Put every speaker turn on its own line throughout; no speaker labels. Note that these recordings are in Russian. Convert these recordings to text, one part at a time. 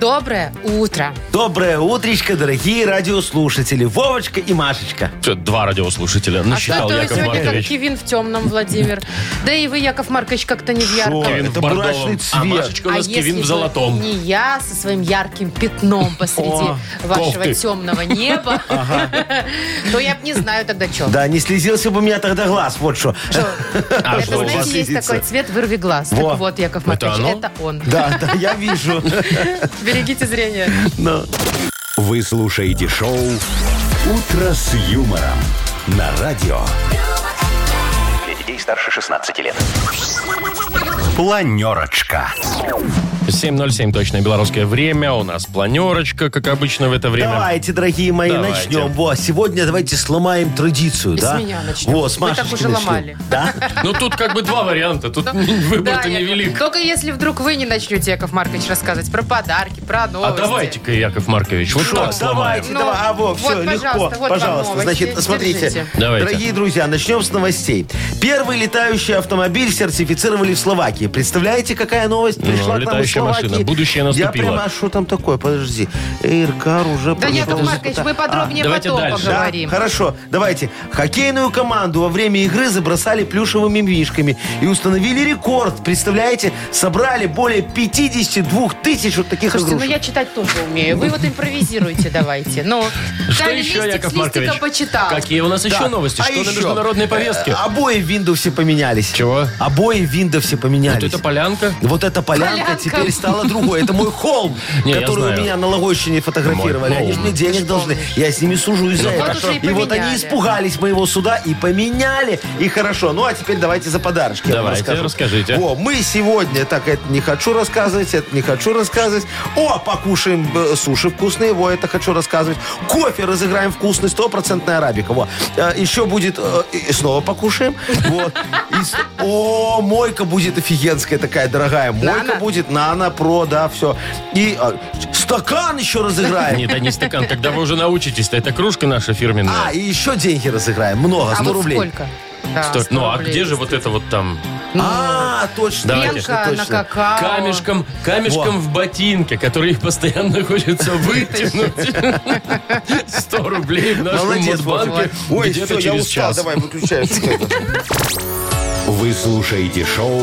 Доброе утро.
Доброе утречко, дорогие радиослушатели. Вовочка и Машечка.
Что, два радиослушателя насчитал
а что-то вы
Яков
сегодня как
Маркович.
Кевин в темном, Владимир. Да и вы, Яков Маркович, как-то не в ярком.
Шо?
Кевин в
Это
бордовом,
брачный
а
цвет.
Машечка у
А
нас Кевин
если
в
бы
золотом.
не я со своим ярким пятном посреди
О,
вашего
кофты.
темного неба, то я б не знаю тогда, что.
Да, не слезился бы у меня тогда глаз, вот что.
А
Это,
что у вас?
знаете, есть
видится?
такой цвет «вырви глаз».
Во.
Так вот, Яков Маркович,
оно?
это он.
Да, да, я вижу.
Берегите зрение.
Ну,
Вы слушаете шоу «Утро с юмором» на радио. Для детей старше 16 лет. Планерочка.
7.07 точное белорусское время. У нас планерочка, как обычно в это время.
Давайте, дорогие мои,
Давайте.
начнем. Во, сегодня давайте сломаем традицию,
С
да?
меня начнем.
Во, с
Вы так
Машечки
уже
начнем.
ломали.
Да?
Ну тут как бы два варианта. Тут выбор-то
Да, Яков-
невелик.
Только если вдруг вы не начнете, Яков Маркович, рассказывать про подарки, про
А
новости.
давайте-ка, Яков Маркович, вот так сломаем.
Давайте,
Ну,
давай, а во,
вот,
все,
пожалуйста,
легко.
вот вам
пожалуйста,
новости.
значит,
Держите.
смотрите.
Давайте.
Дорогие друзья, начнем с новостей. Первый летающий автомобиль сертифицировали в Словакии. Представляете, какая новость
Ну,
пришла к нам из
летающая
Словакии?
машина. Будущее наступило.
Я прямо, а что там такое? Подожди. Эйркар уже...
Да, Яков
подошел.
Маркович, мы подробнее
А, давайте
потом
дальше.
Да,
поговорим.
хорошо, давайте. Хоккейную команду во время игры забросали плюшевыми мишками и установили рекорд. Представляете, собрали более 52 тысяч вот таких
Слушайте, ну
игрушек.
я читать тоже умею. Вы вот импровизируйте давайте. Ну,
Что
дали
еще,
листик,
Яков
с листика
Маркович?
почитал.
Какие у нас еще
Да.
новости?
А
Что на
еще?
международной повестке?
Э, Обои в Windows поменялись.
Чего?
Обои в Windows поменялись.
Вот это полянка?
Вот эта полянка,
Полянка.
теперь стала другой. Это мой холм,
Не, я
который
знаю.
у меня на Логощине фотографировали.
Мой Ну,
Они же мне денег должны. Я с ними сужусь за
вот
это.
уже и
И вот
поменяли.
они испугались моего суда и поменяли. И хорошо. Ну, а теперь давайте за подарочки. я вам
Давайте,
расскажу.
расскажите.
Во, мы сегодня, так, это не хочу рассказывать, это не хочу рассказывать. О, покушаем э, суши вкусные, во, это хочу рассказывать. Кофе разыграем вкусный, стопроцентная арабика, во. Э, Еще будет, э, и снова покушаем, вот. И с- О, мойка будет офигенская такая, дорогая. Мойка
Нано?
будет нано, про, да, все. И э, стакан еще разыграем.
Не, да не стакан, тогда вы уже научитесь-то. Это кружка наша
А,
фирменная.
и еще деньги разыграем, много,
а
100
вот
рублей.
сколько? Да,
Что-
100
ну, а
рублей.
где же вот это вот там?
А, точно,
Давайте.
точно,
Пенка на
точно.
какао.
Камешком, камешком
Во.
в ботинке, который постоянно хочется вытянуть. 100 рублей в нашем
Молодец,
Мудбанке
Вовчик. Ой,
где-то
все, я
через
устал,
час.
давай выключай.
Вы слушаете шоу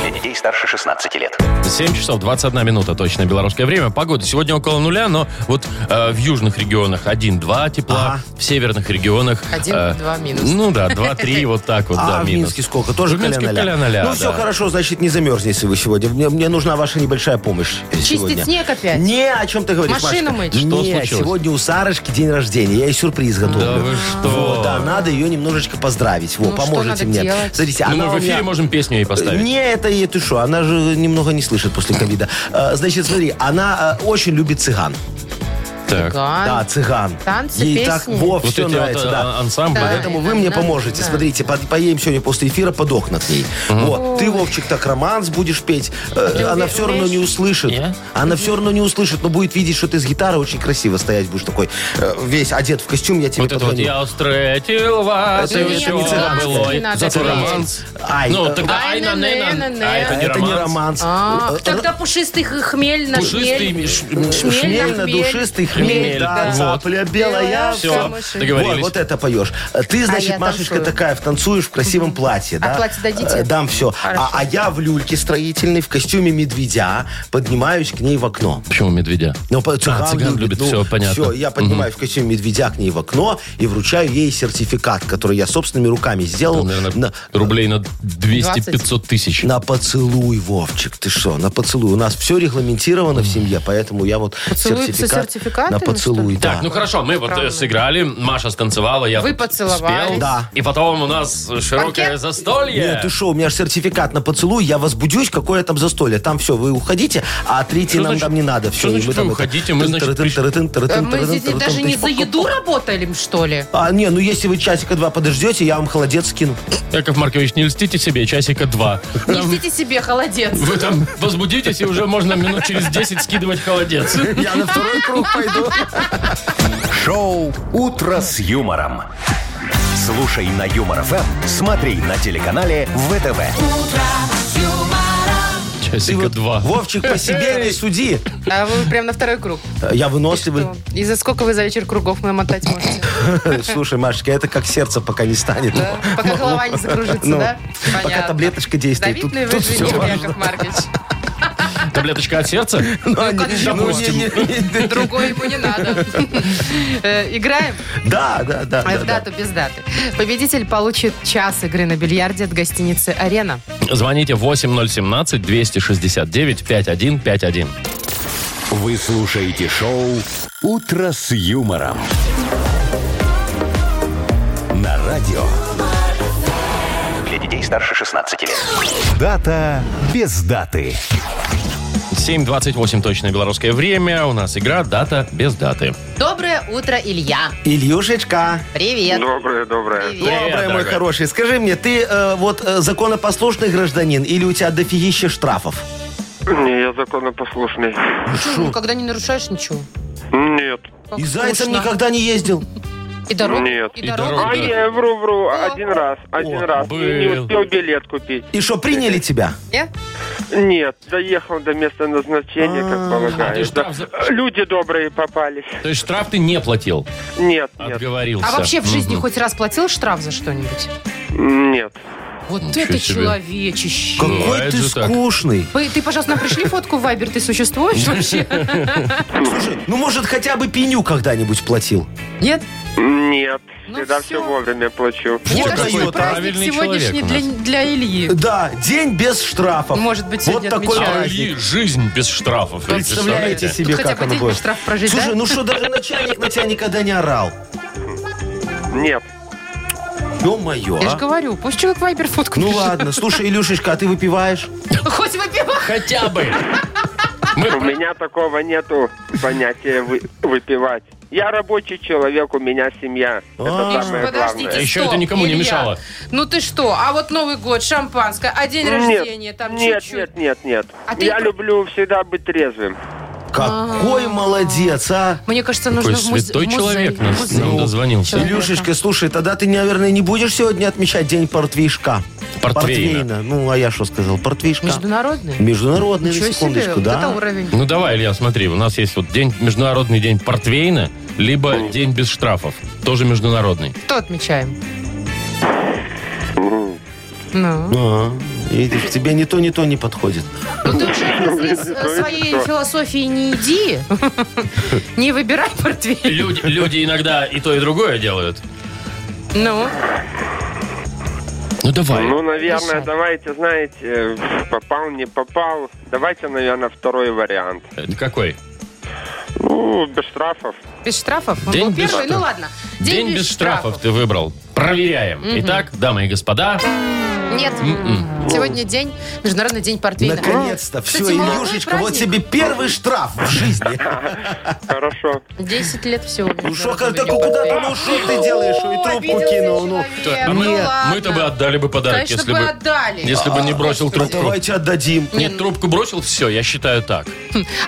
Для детей старше 16 лет.
7 часов 21 минута, точно белорусское время. Погода сегодня около нуля, но вот э, в южных регионах 1-2 тепла,
Ага.
в северных регионах... э,
Один, два минус.
Ну да, 2-3, вот так вот, да,
А в
минус.
Минске сколько? Тоже
В Минске
коля-ноля?
коля-ноля,
Ну
да.
все хорошо, значит, не замерзни, если вы сегодня. Мне, мне нужна ваша небольшая помощь
Чистить
сегодня.
снег опять?
Не, о чем ты говоришь,
Машину мыть?
Машечка?
Что
Не,
случилось?
сегодня у Сарочки день рождения. Я ей сюрприз готовлю.
Да вы что?
Вот, да, надо ее немножечко поздравить. Во,
Ну, что
поможете
надо
мне.
делать?
Смотрите,
Ну,
она
мы в
у меня-
эфире можем песню ей поставить.
не, это ей ты что, она же немного не слышит после ковида. Э, Значит, смотри, она э, очень любит цыган.
Так.
Цыган.
Да, цыган.
А? Танцы,
Ей
песни.
так, во,
Вот эти
все
вот
нравится,
а,
да.
ансамбли.
Да.
Поэтому вы мне поможете.
Да.
Смотрите, по- поедем сегодня после эфира под окна к ней. Вот. Ты, Вовчик, так романс будешь петь. Э,
Ты
Она
уме-
все равно не
умеешь?
услышит.
Не?
Она все равно не услышит, но будет видеть, что ты с гитары очень красиво стоять будешь такой. э, Весь одет в костюм, я тебе
Вот это вот
позвоню.
я а встретил вас,
Это
и
не
всё
цыганский
было.
надо
Зато
петь.
романс.
Ай,
Ну,
э,
тогда
Ай,
айна,
на,
нена.
на, на,
А это
это не романс.
А,
Э,
тогда пушистый х- хмель на
Пушистый
хмель.
миш-
Шмель на
Шмельно,
хмель.
Ну, душистый хмель,
Хмель, да.
да, цапля белая.
Всё,
Все,
Камыши.
договорились.
Вот, вот это поешь. А Ты, значит,
я
Машечка
танцую.
такая в танцуешь в красивом платье, да?
платье дадите?
Э, Дам все.
Хорошо.
А, а я в люльке строительной, в костюме медведя, поднимаюсь к ней в окно.
Почему медведя?
Ну, по- цыган,
цыган любит, всё, понятно.
Все, я поднимаю в костюме медведя к ней в окно и вручаю ей сертификат, который я собственными руками сделал.
Наверное,
Ну, на-
рублей на 200-500
20.
тысяч.
на поцелуй, Вовчик, ты что, на поцелуй. У нас все регламентировано в семье, поэтому я вот
Поцелуются
сертификат...
сертификатом? Сваты
на
вы, что
поцелуй.
ли?
да.
Так, ну хорошо, мы вот э, сыграли, Маша станцевала, я
Вы
тут
поцеловались.
спел.
Да.
И потом у нас широкое
Пакет?
застолье.
Нет, ты шо, у меня же сертификат на поцелуй, я возбудюсь, какое там застолье. Там все, вы уходите, а третий
Что
нам
значит-
там не надо.
что
Все,
значит вы уходите, мы, значит,
Э, Мы здесь даже не за еду работали, что ли?
А, не, ну если вы часика два подождете, я вам холодец скину.
Яков Маркович, не льстите себе, часика два.
Не
Там-
льстите себе, холодец.
Вы там возбудитесь, и уже можно минут через 10 скидывать холодец.
Я на второй круг пойду.
Шоу «Утро с юмором». Слушай на Юмор ФМ, смотри на телеканале ВТВ.
Ты
Часика
вот,
два.
Вовчик, по себе не суди.
А вы прям на второй круг.
Я выносливый.
И за сколько вы за вечер кругов намотать можете?
Слушай, Машечка, это как сердце пока не станет.
Да? Пока голова не закружится,
Ну,
да?
Пока
Понятно.
таблеточка действует.
Давид
Тут-
ли вы
тут
жених,
всё
Яков Маркович?
Таблеточка от сердца?
Ну, они-
конечно.
ну, не- не- не- не-
Другой ему не надо. Э, Играем?
Да, да, да.
А В
да, да.
дату без даты. Победитель получит час игры на бильярде от гостиницы «Арена».
Звоните 8017-269-5151.
Вы слушаете шоу «Утро с юмором». На радио. Для детей старше 16 лет. Дата без даты.
7.28 точное белорусское время. У нас игра «Дата без даты».
Доброе утро, Илья.
Ильюшечка.
Привет.
Доброе, доброе.
Привет.
Доброе, мой
дорогой.
хороший. Скажи мне, ты э, вот э, законопослушный гражданин или у тебя дофигища штрафов?
Не, я законопослушный.
ну,
Чё, никогда не нарушаешь ничего?
Нет.
Как
И зайцем
скучно.
никогда не ездил.
И дорогу?
Нет.
И
И
дорогу?
дорогу.
А
да.
я вру-вру, один раз, один
О,
раз. И не
был.
успел билет купить.
И что,
Э,
приняли тебя?
Нет?
Нет, доехал до места назначения, как
А ты
полагаю.
штраф
Да.
за-
Люди добрые попались.
То есть штраф ты не платил?
Нет, нет,
Отговорился.
А вообще в жизни
Мгм.
хоть раз платил штраф за что-нибудь?
нет.
Вот
Ничего
это
себе.
человечище.
Какой
Бывает
ты
же так.
скучный.
Вы- Ты, пожалуйста, нам пришли фотку в Вайбер, ты существуешь вообще?
Слушай, ну может хотя бы пеню когда-нибудь платил?
Нет?
Нет,
Ну
всегда
всё.
все вовремя плачу.
Мне
Вот
кажется,
какой
это праздник
правильный
сегодняшний
человек у
для, для Ильи.
Да, день без штрафов.
Может быть, сегодня
Вот такой
А
отмечают.
праздник.
Ильи жизнь без штрафов. вы
Представляете себе,
Тут хотя
как
бы
оно
день без
будет?
штраф прожить,
Слушай,
да?
ну что, даже начальник на тебя никогда не орал?
Нет.
Ё-моё,
Я же
а.
говорю, пусть человек в Вайбер фотку
Ну
пришлет.
ладно, слушай, Илюшечка, а ты выпиваешь?
Хоть выпивай.
Хотя бы. Мы
У меня такого нету понятия вы- выпивать. Я рабочий человек, у меня семья.
А.
Это самое
Подождите,
главное.
Еще
стоп,
это никому не
Илья.
мешало.
Ну ты что? А вот Новый год, шампанское, а день рождения, там
Ну, нет,
чуть-чуть.
нет, нет, нет.
А ты-
Я люблю всегда быть трезвым.
Какой молодец, а?
Мне кажется, нужно
Какой
в музе-
святой
в музей,
человек
в
нас
музей.
нам дозвонился.
Человек.
Илюшечка, слушай, тогда ты, наверное, не будешь сегодня отмечать день портвишка.
Портвейна.
Ну, а я что сказал? Портвишка.
Международный?
Международный, на
Ничего себе,
секундочку,
вот это
да?
уровень.
Ну давай, Илья, смотри, у нас есть вот день, международный день портвейна, либо день без штрафов, тоже международный.
Что отмечаем? Ну.
Ага. А, Видишь, тебе ни то, ни то не подходит.
Ну, ты уже в разрез, э, своей философии не иди. Не выбирай портфель.
Люди, люди иногда и то, и другое делают.
Ну,
Ну давай.
Ну, наверное,
Решай.
давайте, знаете, э, попал, не попал. Давайте, наверное, второй вариант.
Э, Какой?
Ну, без штрафов.
без штрафов. Он
День
был
без
первый,
штрафов.
ну ладно.
День, без штрафов. ты выбрал. Проверяем. Итак, дамы и господа,
Нет.
М-м.
Сегодня день, Международный день портвейна.
Наконец-то.
Кстати,
Все,
молодой
Илюшечка, вот
праздник.
тебе первый штраф в жизни.
Хорошо.
10 лет всего.
Ну, что,
международного
как так
дня
куда ты,
портвейна.
ну, что ты делаешь? И
О,
трубку
обиделся
кинул, ну.
человек.
а
Ну,
мы,
ладно.
мы-то бы отдали бы подарок,
Конечно,
если
бы
бы,
отдали.
если бы не бросил
А
трубку.
Давайте отдадим.
Нет, трубку бросил, все, я считаю так.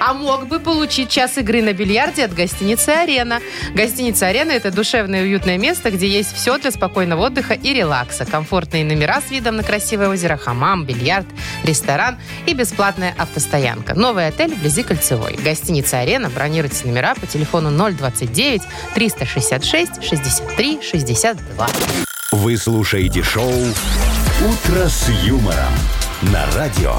А мог бы получить час игры на бильярде от гостиницы «Арена». Гостиница «Арена» — это душевное и уютное место, где есть все для спокойного отдыха и релакса. Комфортные номера с видом на красивое озеро, хамам, бильярд, ресторан и бесплатная автостоянка. Новый отель вблизи Кольцевой. Гостиница «Арена». Бронируйте номера по телефону 029 366 63 62.
Вы слушаете шоу «Утро с юмором» на радио.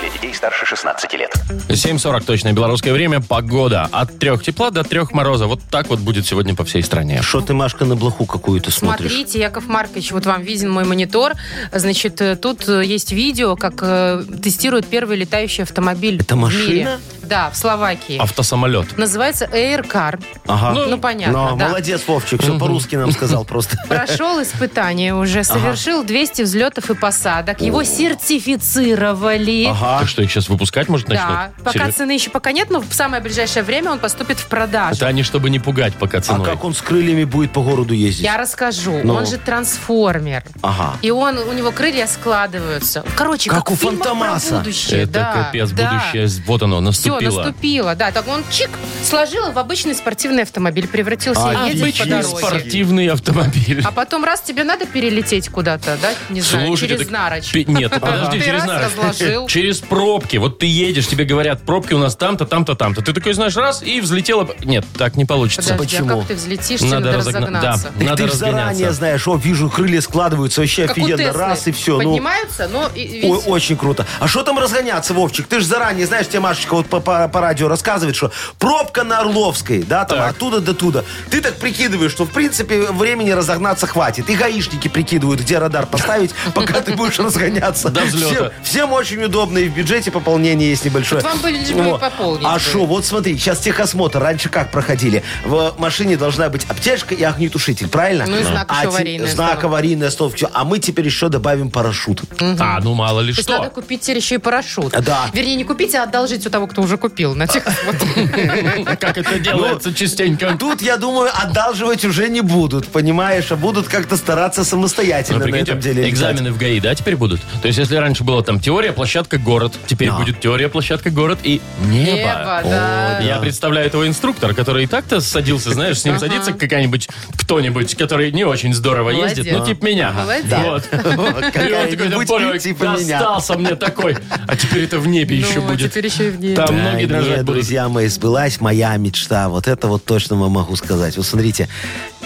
Для детей старше 16 лет.
7.40 точное белорусское время, погода от 3 тепла до 3 мороза. Вот так вот будет сегодня по всей стране.
Что ты, Машка, на блоху какую-то смотришь?
Смотрите, Яков Маркович, вот вам виден мой монитор. Значит, э, тут э, есть видео, как э, тестируют первый летающий автомобиль
Это
в
машина? А
мире. да, в Словакии.
Автосамолет.
Называется Air Car.
Ага.
Ну, понятно,
Но,
да.
А, Молодец, Вовчик, все по-русски нам сказал просто.
Прошел испытание уже, совершил 200 взлетов и посадок. Его сертифицировали.
Ага.
Так что, их сейчас выпускать, может, начнут?
Да, пока
Серьез-
цены еще пока нет, но в самое ближайшее время он поступит в продажу.
Это они, чтобы не пугать пока
А
ценой.
как он с крыльями будет по городу ездить?
Я расскажу.
Ну.
Он же трансформер.
Ага.
И он, у него крылья складываются. Короче, как,
Как у
в фильмах про
Фантомаса.
будущее.
Это
да,
капец,
да.
будущее, вот оно,
Все,
наступило.
наступило. Да, так он чик, сложил в обычный спортивный автомобиль, превратился
А,
и едет по
Обычный
дороге.
спортивный автомобиль.
А потом раз тебе надо перелететь куда-то, да, не знаю,
Слушайте,
через
так
Нарочь.
пи- Нет, подожди,
Ты
через
раз
Нарочь.
разложил.
Через пробки. Вот ты едешь, тебе говорят, пробки у нас там-то, там-то, там-то. Ты такой, знаешь, раз, и взлетела. Нет, так не получится.
Подожди, а
почему?
как ты взлетишь, тебе
Надо
надо
разогна-
разогнаться.
да.
Так
Надо
ты ж заранее
разгоняться.
знаешь, о, вижу, крылья складываются, вообще
Как у
офигенно,
Теслы.
раз и все. Ну,
Поднимаются, но и- и
Ой,
видите,
очень круто. А что там разгоняться, Вовчик? Ты же заранее, знаешь, тебе Машечка вот по, по- по радио рассказывает, что пробка на Орловской, да, там оттуда до туда. Ты так прикидываешь, что, в принципе, времени разогнаться хватит. И гаишники прикидывают, где радар поставить, пока ты будешь разгоняться.
До взлета.
Всем- Всем очень удобно, и в бюджете пополнение есть небольшое.
Вот вам бы лишь бы
Во.
пополнить
А
бы.
что, вот смотри, сейчас техосмотр. Раньше как проходили? В машине должна быть аптечка и огнетушитель, правильно?
Ну и знак
А
еще
те-
аварийный
Знак
остановки.
аварийной остановки. А мы теперь еще добавим парашют.
А, ну мало ли
То есть надо
что.
купить теперь еще и парашют.
Да.
Вернее, не купить, а одолжить у того, кто уже купил. На
А,
тех...
Как это делается частенько.
Ну, Тут, я думаю, одалживать уже не будут, понимаешь, а будут как-то стараться самостоятельно
Ну,
на
прикиньте,
этом деле. решать.
экзамены в ГАИ, да, теперь будут? То есть, если раньше было там теория, площадка, город, теперь будет теория, площадка, город и небо.
Небо, да.
Я представляю этого инструктора, который и так-то садился, знаешь, с ним садится какая-нибудь, кто-нибудь, который не очень здорово
Молодец.
ездит, ну, типа меня.
Молодец.
Вот. И он такой, «Да,
Какая-нибудь
понял,
типа меня.
достался мне такой. А теперь это в небе еще
Ну,
будет.
Теперь еще и в ней.
Там
Да,
ноги
нет,
дрожать будут.
друзья мои, сбылась моя мечта. Вот это вот точно вам могу сказать. Вот смотрите,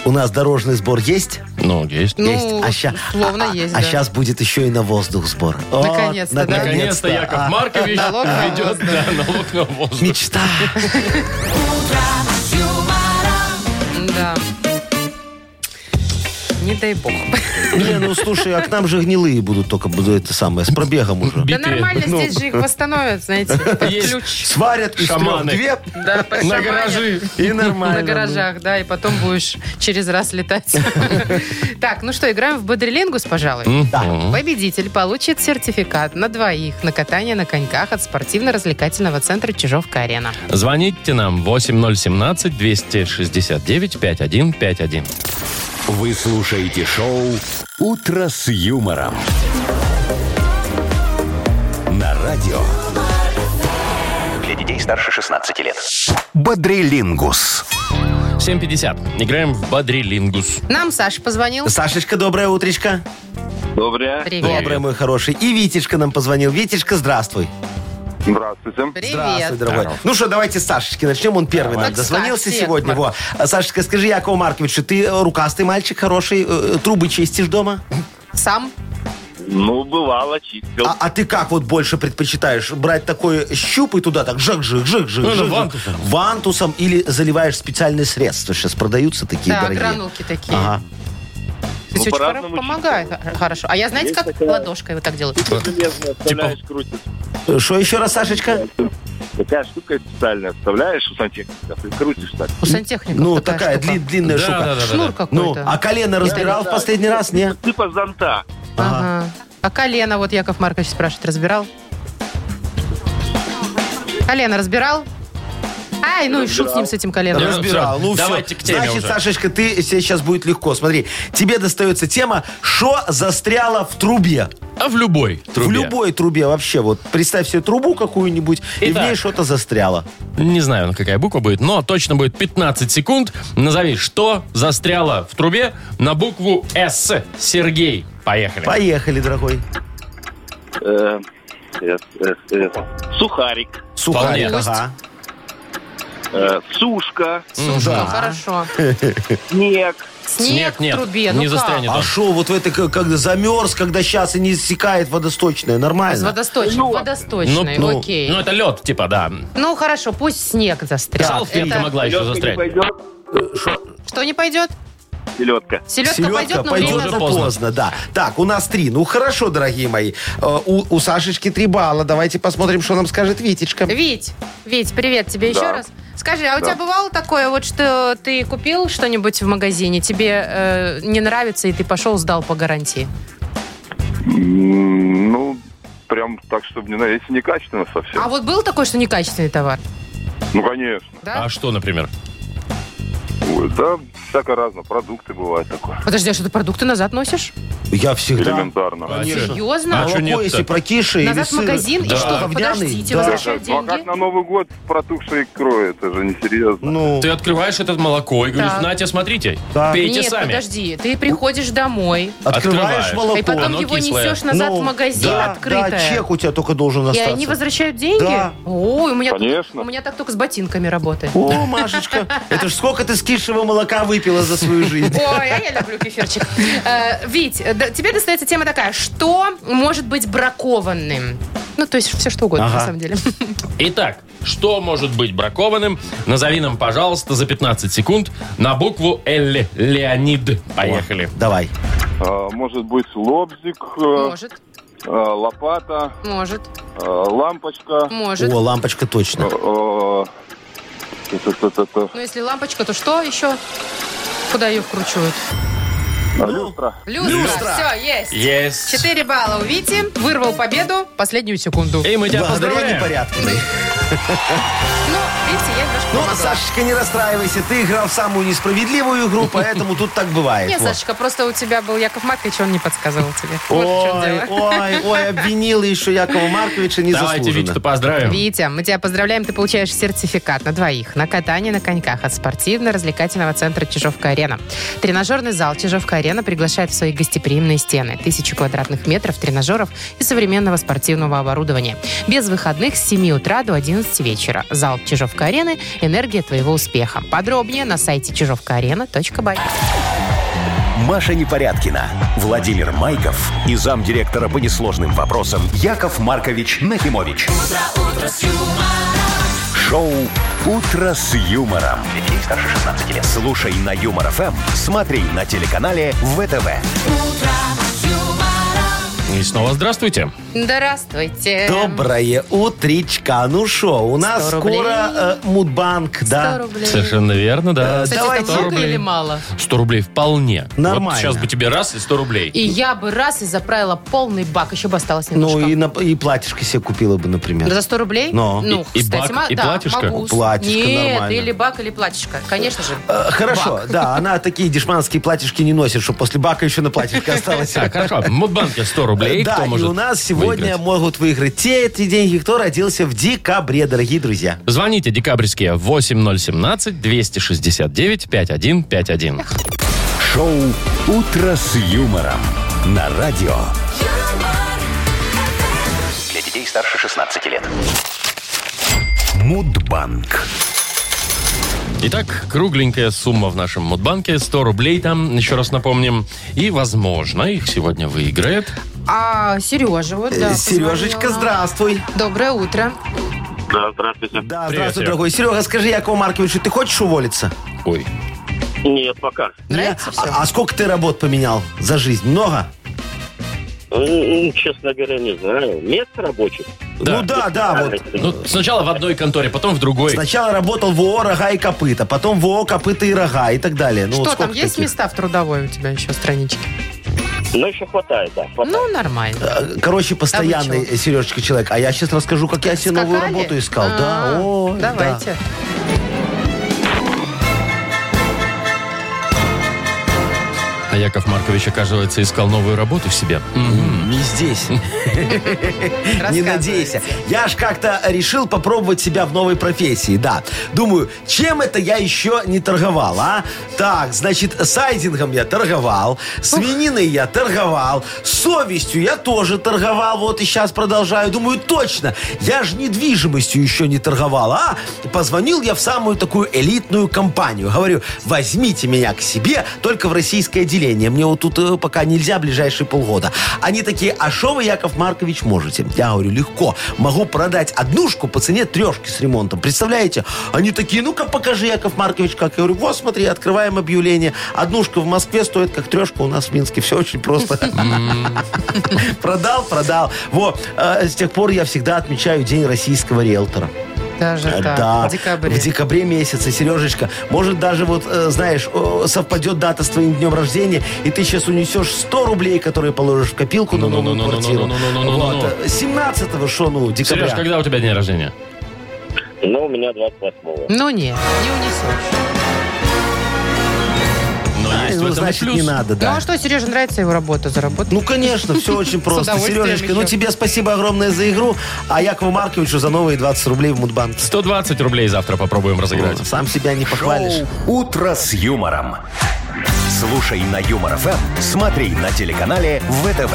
у нас дорожный сбор есть?
Ну, есть.
Ну,
есть. ща-
условно
а-
есть,
а
да.
сейчас будет еще и на воздух сбор. О,
Наконец-то, да.
Наконец-то Яков
А,
Маркович
Налог на
ведет
воздух.
да, налог на воздух.
Мечта.
Да. Не дай бог.
Не, ну слушай, а к нам же гнилые будут только, буду это самое, с пробегом уже.
Да
Битые. Ну.
нормально, здесь же их восстановят, знаете, под
Есть.
ключ.
Сварят из трех
Шаманы.
две
Да, под
На
шамане.
гаражи.
и нормально.
На
ну.
гаражах, да, и потом будешь через раз летать. Так, ну что, играем в бодрилингус, пожалуй?
Да.
Победитель получит сертификат на двоих на катание на коньках от спортивно-развлекательного центра «Чижовка-арена».
Звоните нам 8017-269-5151.
Вы слушаете шоу «Утро с юмором». На радио.
Для детей старше 16 лет.
Бодрилингус.
7.50. Играем в Бодрилингус.
Нам Саша позвонил.
Сашечка, доброе утречко.
Доброе.
Привет.
Доброе, мой хороший. И Витечка нам позвонил. Витечка, здравствуй.
Здравствуйте.
Здравствуй,
Привет.
дорогой. Ну что, давайте с Сашечки начнем. Он первый нам
Так,
дозвонился
Саш,
сегодня.
Яков
Во. А, Сашечка, скажи Якову Марковичу, ты э, рукастый мальчик хороший, э, э, трубы чистишь дома?
Сам?
Ну, бывало, чистил.
А, а ты как вот больше предпочитаешь? Брать такой щуп и туда так жик-жик-жик-жик?
Ну, или
жик-жик?
вантусом.
Вантусом или заливаешь специальные средства? Сейчас продаются такие
да,
дорогие.
гранулки такие.
Ага.
Кстати,
Ну,
очень хоро-
по-разному
помогает. Хорошо. А я, знаете,
Есть
как
такая-
ладошкой вот так делаю?
Железно вставляешь, крутишь.
Э, Что еще раз, Сашечка?
Такая штука специальная. Вставляешь у сантехников и крутишь так.
У сантехников
Ну, такая,
штука.
дли- длинная штука.
Шнур
Ну,
какой-то.
а колено разбирал в последний раз? Не?
Типа зонта.
Ага. А колено, вот Яков Маркович спрашивает, разбирал? Колено разбирал? Ай, ну и шут с ним, с этим коленом.
Я-
разбирал.
всё,
Ну, всё.
давайте к теме
Значит,
уже.
Сашечка, ты тебе сейчас будет легко. Смотри, тебе достается тема «Шо застряло в трубе?»
А в любой трубе?
В любой трубе вообще. Вот представь себе трубу какую-нибудь, и в
Итак.
ней что-то застряло.
Не знаю, какая буква будет, но точно будет 15 секунд. Назови, что застряло в трубе на букву «С». Сергей, поехали.
Поехали, дорогой.
Э, э, э, э, Сухарик.
Вполне.
Сухарик, ага.
э, Сушка.
Сушка,
да.
хорошо.
Снег.
Снег,
нет,
в трубе, ну
не
как?
застрянет
А
он.
шо, вот в этой, к- когда замерз, когда сейчас и не стекает водосточная,
Из
нормально?
водосточной,
Ну,
водосточной,
ну,
окей.
Ну,
Ну,
это лед, типа, да.
хорошо, пусть снег застрял.
Салфетка
Это-
могла еще
Лёгко не
застрять.
пойдет.
Что не пойдет?
селедка.
Селедка,
Селедка
пойдет, а но время
уже
поздно.
за-
поздно.
да. Так, у нас три. Ну, хорошо, дорогие мои. Э, У, у Сашечки три балла. Давайте посмотрим, что нам скажет Витечка.
Вить, Вить, привет тебе еще раз. Скажи, а у тебя бывало такое, вот что ты купил что-нибудь в магазине, тебе э, не нравится, и ты пошел, сдал по гарантии?
М, Ну, прям так, чтобы не нравится, некачественно совсем.
А вот был такой, что некачественный товар?
Ну, конечно.
Да?
А что, например?
Ой, да, всяко разно. Продукты бывают такое.
Подожди, а что ты продукты назад носишь?
Я всегда...
Элементарно. Ну,
Конечно.
Серьезно?
А чё
Молоко,
нет-то?
если прокиши или
назад в
сыр.
магазин,
Да.
и что,
Говняный,
подождите,
да.
возвращают
Ну, а как
деньги?
на Новый год протухшей икрой? Это же несерьезно.
Ну,
Ты открываешь этот молоко и говоришь,
Так.
Натя, смотрите,
Так.
пейте
Нет,
сами.
подожди, ты приходишь домой,
открываешь
открываешь.
молоко.
и А потом
оно
его
кислое.
несешь назад
Ну,
в магазин
да,
открытое.
Да, чек у тебя только должен
И
остаться.
они возвращают деньги?
Да.
Ой, у меня,
Конечно.
у меня так только с ботинками работает.
О, Машечка, это ж сколько ты скисшего молока выпила за свою жизнь.
Ой, а я люблю кефирчик. Э, Вить, э, да- тебе достается тема такая, что может быть бракованным? Ну, то есть все что угодно,
Ага.
на самом деле.
Итак, что может быть бракованным? Назови нам, пожалуйста, за 15 секунд на букву Л. Леонид. Поехали.
Давай.
А, может быть, лобзик, э,
Может,
э, лопата,
может,
э, лампочка.
может.
О, лампочка точно.
э, э, та-та-та-та-та.
Ну, если лампочка, то что еще? Куда ее вкручивают?
А, Люстра.
Люстра. Все, есть.
Есть.
Четыре балла у Вити. Вырвал победу. Последнюю секунду.
И мы тебя
Благодаря
поздравляем.
непорядкам.
Ну, видите, я немножко
Ну,
помогла.
Сашечка, не расстраивайся. Ты играл в самую несправедливую игру, поэтому тут так бывает.
Нет,
Вот.
Сашечка, просто у тебя был Яков Маркович, он не подсказывал тебе. Вот в чем
Ой,
дело.
ой, ой, обвинила еще Якова Марковича
Давайте
незаслуженно.
Витю-то поздравим.
Витя, мы тебя поздравляем, ты получаешь сертификат на двоих на катание на коньках от спортивно-развлекательного центра «Чижовка-арена». Тренажерный зал «Чижовка-арена» приглашает в свои гостеприимные стены. Тысячи квадратных метров тренажеров и современного спортивного оборудования. Без выходных с 7 утра до 11 вечера. Зал «Чижовка-арены» – энергия твоего успеха. Подробнее на сайте чижовкаарена.бай.
Маша Непорядкина, Владимир Майков и замдиректора по несложным вопросам Яков Маркович Нахимович. Шоу Утро с юмором. Детей старше 16 лет. Слушай на юмор ФМ, смотри на телеканале ВТВ.
И снова здравствуйте.
Здравствуйте.
Доброе утречка. Ну шо, у нас
рублей.
скоро э, Мудбанк,
100
да?
рублей.
Совершенно верно, да.
Э,
Кстати,
Давайте.
это много
Рублей.
или мало?
100 рублей вполне.
Нормально.
Вот сейчас бы тебе раз и 100 рублей.
И я бы раз и заправила полный бак, еще бы осталось немножко.
Ну и, на- и платьишко себе купила бы, например.
За 100 рублей?
Но.
Ну,
И- и
кстати,
бак,
ма-
и
да,
платьишко?
могу.
Платьишко
Нет,
нормально.
или бак, или платьишко. Конечно же.
Э, Хорошо,
Бак.
да, она такие дешманские платьишки не носит, что после бака еще на платьишко осталось.
Так, хорошо. В Мудбанке 100 рублей.
да,
Кто
и
может
у нас сегодня
выиграть?
могут выиграть те эти деньги, кто родился в декабре, дорогие друзья.
Звоните декабрьские 8017-269-5151.
Шоу Утро с юмором на радио.
Для детей старше 16 лет.
Мудбанк.
Итак, кругленькая сумма в нашем Мудбанке. 100 рублей там, еще раз напомним. И, возможно, их сегодня выиграет.
А Сережа вот, да.
Э, Сережечка,
позвонила нам.
здравствуй.
Доброе утро.
Да, здравствуйте.
Да,
Привет,
здравствуй,
Серег.
дорогой. Серега, скажи, Якову Марковичу, ты хочешь уволиться?
Ой.
Нет, пока.
Нравится
Не?
все?
А, а сколько ты работ поменял за жизнь? Много?
М, Ну, Честно говоря, не знаю. Место рабочих.
Да.
Ну да, да, вот.
Ну, сначала в одной конторе, потом в другой.
Сначала работал в ООО «Рога и копыта», потом в ООО «Копыта и рога» и так далее. Ну, вот
Что там,
сколько
есть
таких?
места в трудовой у тебя еще страничке?
Но Ну, еще хватает, да. хватает.
Ну, нормально.
Э, Короче, постоянный,
чего?
э, Сережечка, человек. А я сейчас расскажу, как я себе новую
Скакали?
работу искал.
А,
Да, ой, да.
Давайте.
А Яков Маркович, оказывается, искал новую работу в себе. Мгм.
Не здесь. Не
Рассказывайте.
надейся. Я ж как-то решил попробовать себя в новой профессии, да. Думаю, чем это я еще не торговал, а? Так, значит, сайдингом я торговал, свининой я торговал, совестью я тоже торговал, вот и сейчас продолжаю. Думаю, точно, я же недвижимостью еще не торговал, а? Позвонил я в самую такую элитную компанию. Говорю, возьмите меня к себе только в российское отделение. населения. Мне вот тут э, пока нельзя ближайшие полгода. Они такие, а что вы, Яков Маркович, можете? Я говорю, легко. Могу продать однушку по цене трешки с ремонтом. Представляете? Они такие, ну-ка покажи, Яков Маркович, как. Я говорю, вот смотри, открываем объявление. Однушка в Москве стоит, как трешка у нас в Минске. Все очень просто. Продал, продал. Вот. Э, С тех пор я всегда отмечаю День российского риэлтора.
Даже так.
Да,
В декабре.
В декабре месяце, Сережечка. Может, даже вот, э, знаешь, о, совпадет дата с твоим днем рождения, и ты сейчас унесешь 100 рублей, которые положишь в копилку на новую
Ну-ну-ну-ну-ну-ну-ну-ну-ну-ну.
квартиру. Вот, э, 17-го, что, ну, декабря.
Сереж, когда у тебя день рождения?
Но у меня 28-го.
Ну не, не унесешь.
Но
А,
есть в
ну,
этом и
значит,
плюс.
не надо, да.
Ну а что, Сереже нравится его работа, заработать?
Ну, конечно, все очень просто.
удовольствием
Сережечка, ну
еще.
тебе спасибо огромное за игру, а Якову Марковичу за новые 20 рублей в Мудбанке.
120 рублей завтра попробуем разыграть.
Сам себя не похвалишь.
«Утро с юмором». Слушай на Юмор ФМ, смотри на телеканале ВТВ.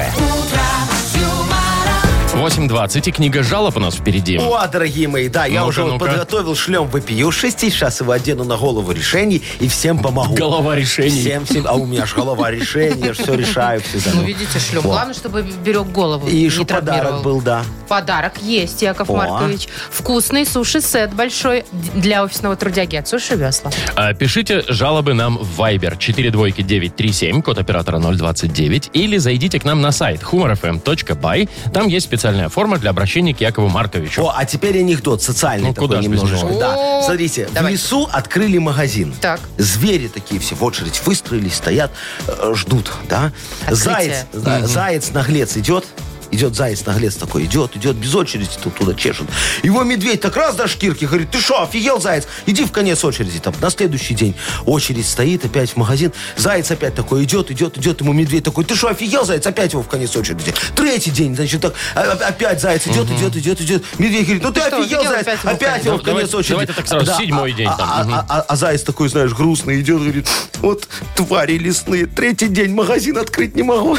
8.20 и книга жалоб у нас впереди.
О, дорогие мои, да, я
Ну-ка,
уже вот
ну-ка.
подготовил шлем вопиюшести, сейчас его одену на голову решений и всем помогу.
Голова решений.
Всем, всем, а у меня ж голова решений, я ж все решаю всегда.
Ну, видите, шлем.
Вот.
Главное, чтобы берег голову.
И
не
еще подарок
травмировал.
был, да.
Подарок есть, Яков
О.
Маркович. Вкусный суши-сет большой для офисного трудяги от Суши Весла.
А, Пишите жалобы нам в Viber 42937, код оператора 029, или зайдите к нам на сайт humorfm.by. Там есть специальная форма для обращения к Якову Марковичу.
О, а теперь анекдот социальный
Ну,
такой
куда ж без
немножечко.
него.
О,
Да. Смотрите,
давайте.
в лесу открыли магазин.
Так.
Звери такие все в очередь выстроились, стоят, э, ждут, да.
Открытие.
Заяц, да, заяц наглец идет, идет заяц наглец такой, идет, идет без очереди тут туда чешет. Его медведь так раз до шкирки говорит, ты что, офигел, заяц? Иди в конец очереди, там, на следующий день очередь стоит опять в магазин, заяц опять такой идет, идет, идет, ему медведь такой, ты что, офигел, заяц? Опять его в конец очереди. Третий день, значит, так, а- а- опять заяц идет, идет, идет, идет. Медведь говорит, ну ты,
Ты что,
офигел,
офигел?
заяц?
Опять его в конец.
Опять его Ну, в
Давай-
конец очереди.
давайте так сразу, седьмой
а-
день
а-
там.
а-
Мгм.
а, а- а заяц такой, знаешь, грустный идет, говорит, вот твари лесные, третий день магазин открыть не могу.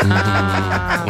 А,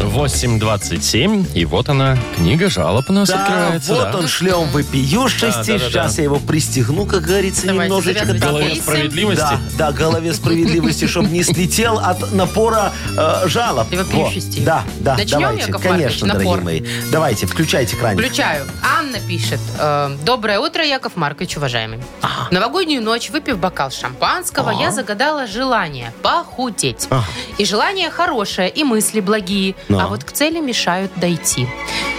8.27, и вот она, книга жалоб у нас
Да,
открывается.
вот
да.
он шлем вопиюшести,
Да, да, да,
сейчас
да.
я его пристегну, как говорится,
Давайте,
немножечко.
завязывайте
так
Голове
вот.
справедливости.
Да, да, голове справедливости, чтобы не слетел от напора э, жалоб.
И вопиющести.
Во, Да, да,
Начнем,
давайте,
Яков
конечно,
Маркович,
дорогие
напор?
мои. Давайте, включайте краник.
Включаю. Анна пишет. э, Доброе утро, Яков Маркович, уважаемый. Новогоднюю ночь, выпив бокал шампанского, я загадала желание похудеть.
Ага.
И желание хорошее, и мысли благие.
Да.
А вот к цели мешают дойти.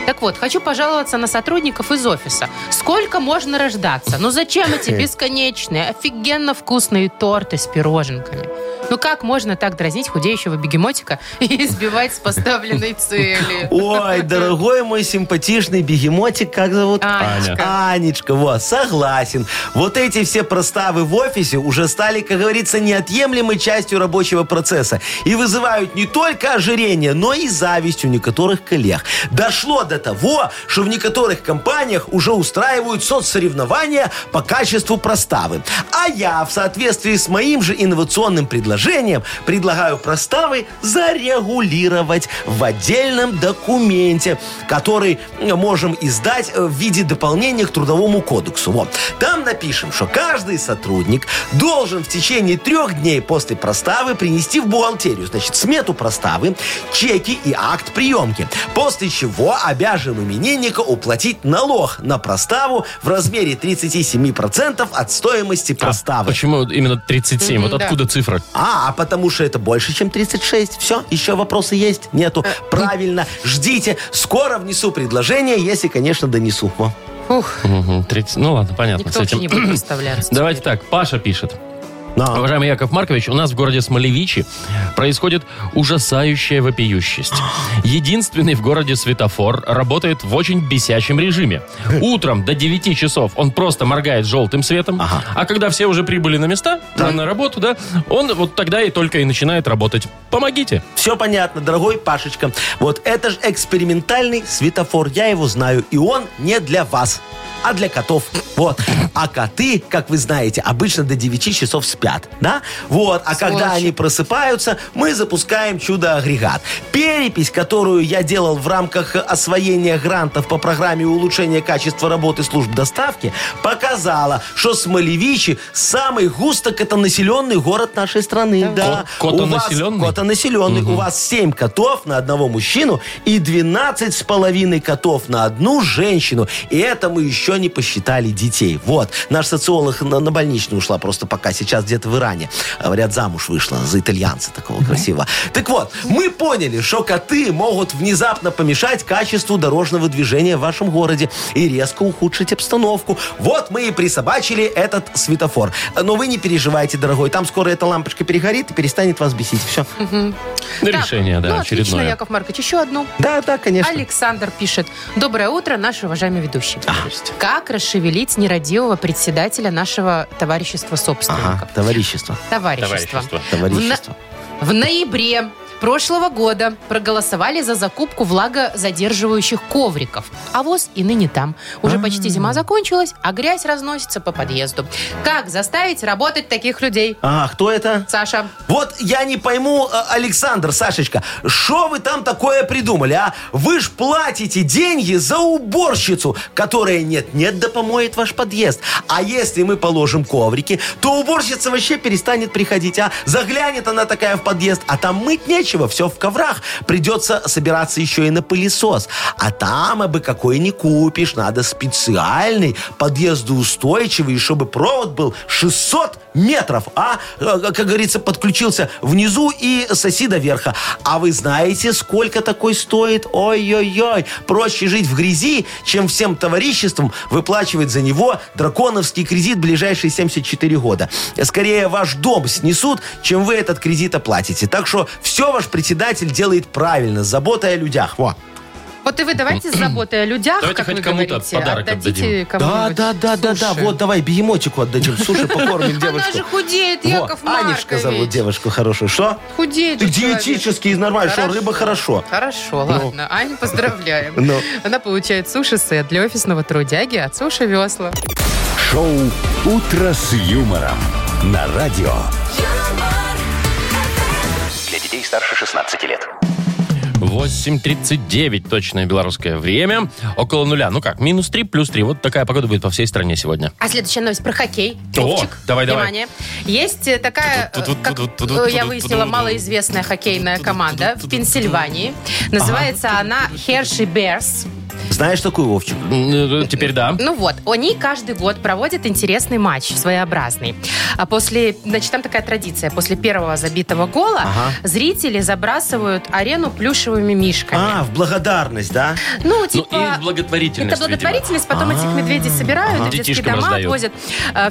Так вот, хочу пожаловаться на сотрудников из офиса. Сколько можно рождаться? Ну зачем эти бесконечные, офигенно вкусные торты с пироженками? Ну как можно так дразнить худеющего бегемотика и сбивать с поставленной цели?
Ой, дорогой мой симпатичный бегемотик, как зовут?
Анечка.
Анечка, вот, согласен. Вот эти все проставы в офисе уже стали, как говорится, неотъемлемой частью рабочего процесса и вызывают не только ожирение, но и зависть у некоторых коллег. Дошло до того, что в некоторых компаниях уже устраивают соцсоревнования по качеству проставы. А я в соответствии с моим же инновационным предложением предлагаю проставы зарегулировать в отдельном документе, который можем издать э, в виде дополнения к Трудовому кодексу. Вот. Там напишем, что каждый сотрудник должен в течение трех дней после проставы принести в бухгалтерию, значит, смету проставы, чеки и акт приемки. После чего обяжем именинника уплатить налог на проставу в размере 37% от стоимости
А
проставы.
почему именно 37? Вот
Мгм, да.
откуда цифра?
А, а потому что это больше, чем 36. Все, еще вопросы есть? Нету. Правильно, ждите. Скоро внесу предложение, если, конечно, донесу. Во.
Ух,
Мгм, 30. Ну ладно, понятно.
никто
с
вообще
этим.
не будет представляться.
Давайте так, Паша пишет.
На.
А, Уважаемый Яков Маркович, у нас в городе Смолевичи происходит ужасающая вопиющесть. Единственный в городе светофор работает в очень бесячем режиме. Утром до 9 часов он просто моргает желтым светом,
Ага.
а когда все уже прибыли на места, на- на работу, да, он вот тогда и только и начинает работать. Помогите.
Все понятно, дорогой Пашечка. Вот это же экспериментальный светофор. Я его знаю, и он не для вас. а для котов. Вот. А коты, как вы знаете, обычно до 9 часов спят. Да? Вот. А когда
Сволочи.
они просыпаются, мы запускаем чудо-агрегат. Перепись, которую я делал в рамках освоения грантов по программе улучшения качества работы служб доставки, показала, что Смолевичи самый густо котонаселенный город нашей страны. Да.
Ко- котонаселенный?
У вас котонаселенный. У вас 7 котов на одного мужчину и 12 с половиной котов на одну женщину. И это мы еще не посчитали детей. Вот. Наш социолог на, на больничную ушла просто пока. Сейчас где-то в Иране. Говорят, замуж вышла за итальянца такого красивого. Так вот, мы поняли, что коты могут внезапно помешать качеству дорожного движения в вашем городе и резко ухудшить обстановку. Вот мы и присобачили этот светофор. Но вы не переживайте, дорогой. Там скоро эта лампочка перегорит и перестанет вас бесить. Все.
Так,
Решение, да,
ну, отлично,
очередное.
Яков Маркович. Еще одну.
Да, да, конечно.
Александр пишет. Доброе утро, наши уважаемые ведущие.
А.
Как расшевелить нерадивого председателя нашего товарищества
Ага,
собственников?
товарищество.
Товарищество.
Товарищество.
Товарищество.
В ноябре прошлого года проголосовали за закупку влагозадерживающих ковриков. А ВОЗ и ныне там. Уже почти зима закончилась, а грязь разносится по подъезду. Как заставить работать таких людей?
Ага, А, кто это?
Саша,
Вот я не пойму, э, Александр, Сашечка, что вы там такое придумали, а? Вы ж платите деньги за уборщицу, которая нет-нет да помоет ваш подъезд. А если мы положим коврики, то уборщица вообще перестанет приходить, а? Заглянет она такая в подъезд, а там мыть нечего, все в коврах. Придется собираться еще и на пылесос. А там, а бы какой не купишь, надо специальный, подъездоустойчивый, чтобы провод был 600 метров, а, э, как говорится, подключился внизу и соси до верха. А вы знаете, сколько такой стоит? Ой-ой-ой, проще жить в грязи, чем всем товариществом выплачивать за него драконовский кредит ближайшие 74 года. Скорее, ваш дом снесут, чем вы этот кредит оплатите. Так что все ваш председатель делает правильно, с заботой о людях. Во.
вот и вы давайте с заботой о людях,
Давайте
как
хоть
вы
кому-то
говорите,
подарок
отдадите
Да,
кому-нибудь.
да, да, да, да.
Слушай,
Вот давай бегемотику отдадим. Суши покормим девочку.
Она же худеет,
Во,
Яков
Анечка
Маркович.
зовут девушку хорошую. Что?
Худеет
Ты
же человек.
диетический, нормально. Что, рыба хорошо?
Хорошо, ладно. Ань, поздравляем.
Ну.
Она получает суши-сет для офисного трудяги от Суши Весла.
Шоу «Утро с юмором» на радио.
юмор,
Для детей старше 16 лет.
8.39 точное белорусское время. Около нуля. Ну как, минус 3, плюс 3. Вот такая погода будет по всей стране сегня.
А следующая новость про хоккей.
О,
Вовчик,
давай, давай.
Внимание. Есть э, такая, э,
Тут-тут-тут-тут-тут-тут-тут-тут-тут.
как э, я выяснила, малоизвестная хоккейная команда в Пенсильвании. Называется она Hershey Bears.
Знаешь такую, Вовчик?
М, э, Теперь да.
Ну вот, они каждый год проводят интересный матч, своеобразный. А после, значит, там такая традиция. После первого забитого гола
Ага.
зрители забрасывают арену плюшевыми мишками.
А, в благодарность, да?
Ну,
Ну
типа...
и
Это
благотворительность, видимо.
благотворительность, потом этих медведей собирают, и в детские
Детишкам
дома
раздают.
отвозят.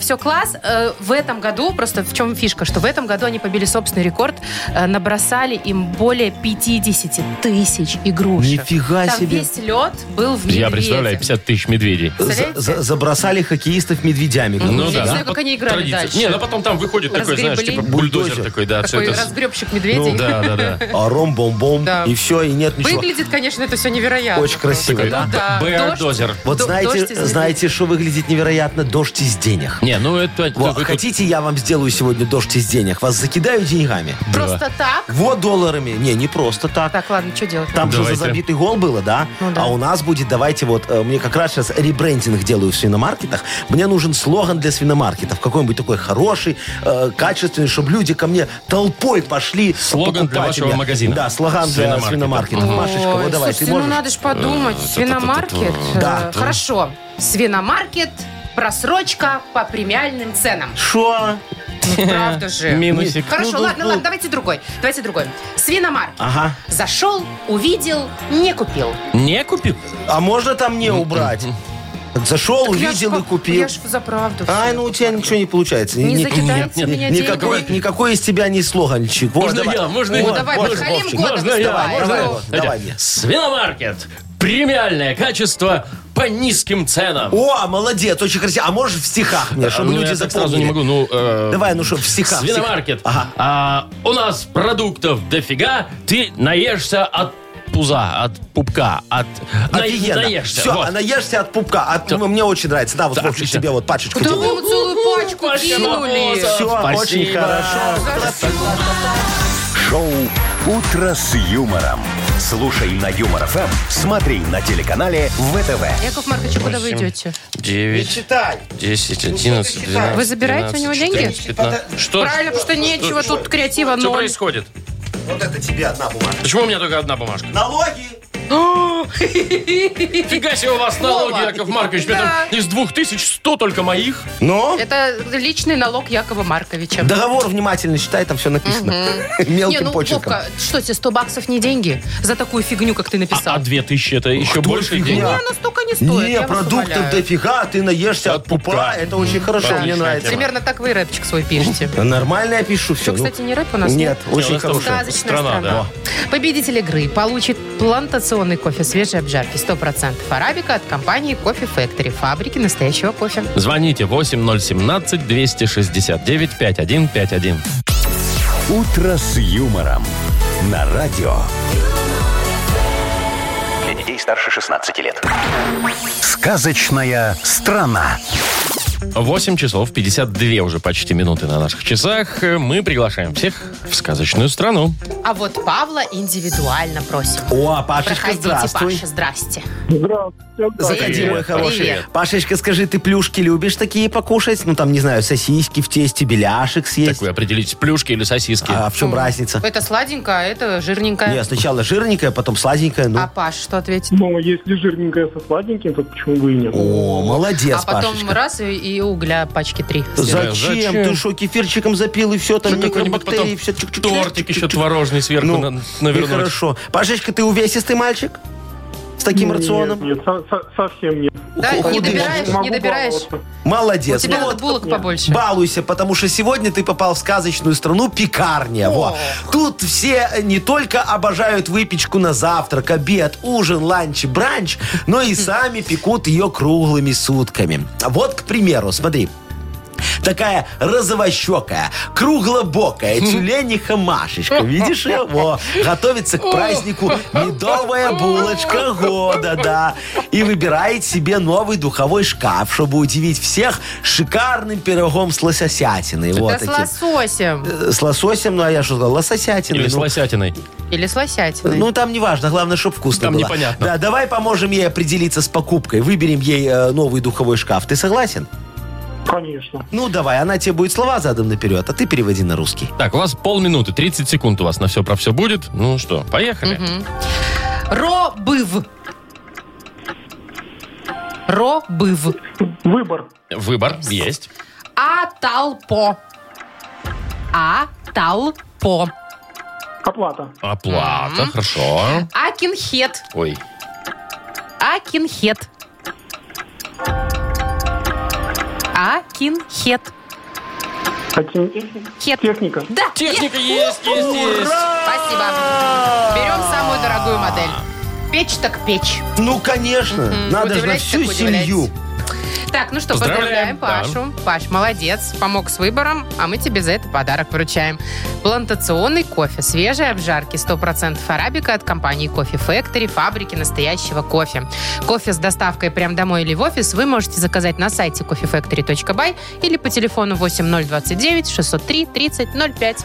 Все класс. Э, В этом году, просто в чем фишка, что в этом году они побили собственный рекорд, э, набросали им более 50 тысяч игрушек.
Нифига
Там
себе.
весь лед был в медведе.
Я представляю, 50 тысяч медведей.
Представляете?
За- за- Забросали хоккеистов медведями.
Ну
я
да.
не знаю,
ну,
как
по
они играли
традиции.
дальше.
Не, ну потом там выходит такой, знаешь,
Разгребли.
типа бульдозер
Бульдозер.
такой, да. всё
Такой
это с-
разгребщик медведей.
Ну да, да, да.
А ром-бом-бом,
Да.
и все, и нет ничего.
Выглядит, конечно, это все невероятно.
Очень красиво,
Ну
да?
да. Дождь.
Бэардозер.
Вот
До- дождь
знаете,
из-
знаете, что выглядит невероятно? Дождь из денег.
Не, ну это...
Во,
вы тут-
хотите, я вам сделаю сегодня дождь из денег? Вас закидаю деньгами.
Просто так?
Вот долларами. Не, не просто так.
Так, ладно, что делать?
Там же
Давайте.
за забитый гол было, да?
Ну да.
А у нас будет, давайте вот, э, мне как раз сейчас ребрендинг делаю в свиномаркетах. Мне нужен слоган для свиномаркетов. Какой-нибудь такой хороший, э, качественный, чтобы люди ко мне толпой пошли
Слоган для
покупать
вашего
меня.
магазина.
Да, слоган для
Свиномаркета.
свиномаркетов. Машечка,
Ой,
вот давай,
слушайте,
ты
ну
можешь?
надо же подумать. Свиномаркет? э,
Да.
Хорошо. Свиномаркет, просрочка по премиальным ценам.
Шо?
Ну, Правда же.
Минусик.
Хорошо,
Ну, ну,
ладно,
ну.
ладно, давайте другой. Давайте другой. Свиномаркет.
Ага.
Зашел, увидел, не купил.
Не купил?
А можно там не убрать? Зашел,
Так я ж
увидел
по-
и купил.
Я ж за правду.
Ай, ну у тебя ничего не получается.
Не
Ни-
закидайте меня
никакой,
деньгами.
никакой из тебя не слоганчик. Вот,
Можно
давай.
я, можно я.
Вот,
давай,
можно,
подхалим
Вовчик.
года
Можно я?
выступай.
Можно я?
Ну. Давай мне.
Свиномаркет. Премиальное качество по низким ценам.
О, молодец, очень красиво. А можешь в стихах мне, чтобы
Ну, я
люди
так сразу
запомнили?
не могу, ну... э,
Давай, ну что, в стихах. в стихах.
Свиномаркет.
Ага.
А, у нас продуктов дофига, ты наешься от пуза, от пупка, от...
Офигенно.
Наешься,
Все,
вот.
а наешься от пупка. От- мне очень нравится. Да, вот
Да,
Вовчик
отлично.
тебе вот пачечку.
Да вы ему целую пачку кинули.
Все,
Спасибо.
очень хорошо.
Шоу «Утро с юмором». Слушай на Юмор ФМ, смотри на телеканале ВТВ.
Яков Маркович, а куда вы идете?
9,
Читай.
10,
ну,
11, 12,
Вы забираете у него деньги?
14, 15. Что?
Правильно, потому что нечего, тут креатива
Что
ноль.
происходит?
Вот это тебе одна бумага.
Почему у меня только одна бумажка?
Налоги.
Фига себе у вас налоги,
Вова.
Яков Маркович.
Да.
Притом Из 2100 только моих. а,
Но
Это личный налог Якова Марковича.
Ну? договор внимательно читай, там все написано.
Не,
Мелким
ну,
почерком.
Вовка, что тебе, 100 баксов не деньги за такую фигню, как ты
А,
написал?
а 2000 это еще больше
фигня?
денег.
Не, она столько не стоит.
Не,
я вас
продуктов
умоляю.
дофига, а ты наешься
От
от пупа.
пупка.
Это очень хорошо, мне
Отличная
нравится.
тема.
Примерно так вы и рэпчик свой пишете.
Ну, Нормально я пишу все.
Что, кстати, не рэп у нас?
Нет,
у
очень
нас тоже.
хорошо.
Сказочная
Страна,
страна. Победитель игры получит плантационный кофе свежей обжарки 100% арабика от компании Coffee Factory, фабрики настоящего кофе.
Звоните 8017 269 5151.
«Утро с юмором» на радио.
Для детей старше 16 лет.
Сказочная страна.
8 часов 52 уже почти минуты на наших часах. Мы приглашаем всех в сказочную страну.
А вот Павла индивидуально просим.
О, Пашечка,
Проходите,
здравствуй.
Паша, здрасте.
Заходи,
Привет,
мой хороший.
привет.
Пашечка, скажи, ты плюшки любишь такие покушать? Ну, там, не знаю, сосиски в тесте, беляшек
Так
съесть.
вы определитесь, плюшки или сосиски.
А в чем разница?
Это сладенькое, а это жирненькое.
Не, сначала жирненькое, потом сладенькое. Ну,
А Паш что ответит?
Ну, если жирненькая со сладеньким, то почему бы и нет?
о, молодец,
а потом
Пашечка.
раз и, и угля пачки три.
Зачем?
Зачем?
Ты что, кефирчиком запил и все, там
Ну, какой-нибудь
микробактерии,
потом
все. чик-чик-чик,
тортик еще
чик-чик-чик.
творожный сверху
Ну,
на-
и
навернуть.
хорошо. Пашечка, ты увесистый мальчик? С таким
Нет,
рационом?
Ну, Нет, со- со- совсем нет.
Да,
Ох,
не
худые.
добираешь, А не
Могу
добираешь.
баловаться.
У
Молодец.
тебя
Ну,
вот булок побольше.
Балуйся, потому что сегодня ты попал в сказочную страну пекарня. Во. Тут все не только обожают выпечку на завтрак, обед, ужин, ланч, и бранч, но и сами пекут ее круглыми сутками. Вот, к примеру, смотри. Такая розовощекая, круглобокая, тюлениха Машечка. Видишь ее? Во. Готовится к празднику медовая булочка года, да. И выбирает себе новый духовой шкаф, чтобы удивить всех шикарным пирогом с лососятиной.
Да
Вот
с
таким.
лососем.
Э, С лососем, ну а я что сказал, лососятиной.
Или с
ну.
лосятиной.
Или с лосятиной.
Ну, там не важно, главное, чтобы вкусно
Там
было.
непонятно.
Да, давай поможем ей определиться с покупкой. Выберем ей э, новый духовой шкаф. Ты согласен?
Конечно.
Ну, давай, она тебе будет слова задом наперед, а ты переводи на русский.
Так, у вас полминуты, 30 секунд у вас на все про все будет. Ну что, поехали.
Робыв. Робыв.
Выбор.
Выбор есть.
А толпо. А толпо.
Оплата.
Оплата, хорошо.
А Акинхет.
Ой,
А Акинхет. Акинхет.
А те-
Хет.
Техника.
Да,
техника есть, есть, есть.
Спасибо. Берем самую дорогую модель. Печь так печь.
Ну, конечно, надо же на
Удивляйтесь,
всю
так удивляйтесь.
семью.
Так, ну что,
Поздравляем,
поздравляем, Пашу. Паш, молодец, помог с выбором, а мы тебе за это подарок вручаем. Плантационный кофе, свежие обжарки, 100% арабика от компании Coffee Factory, фабрики настоящего кофе. Кофе с доставкой прямо домой или в офис вы можете заказать на сайте coffeefactory.by или по телефону 8029 603 3005.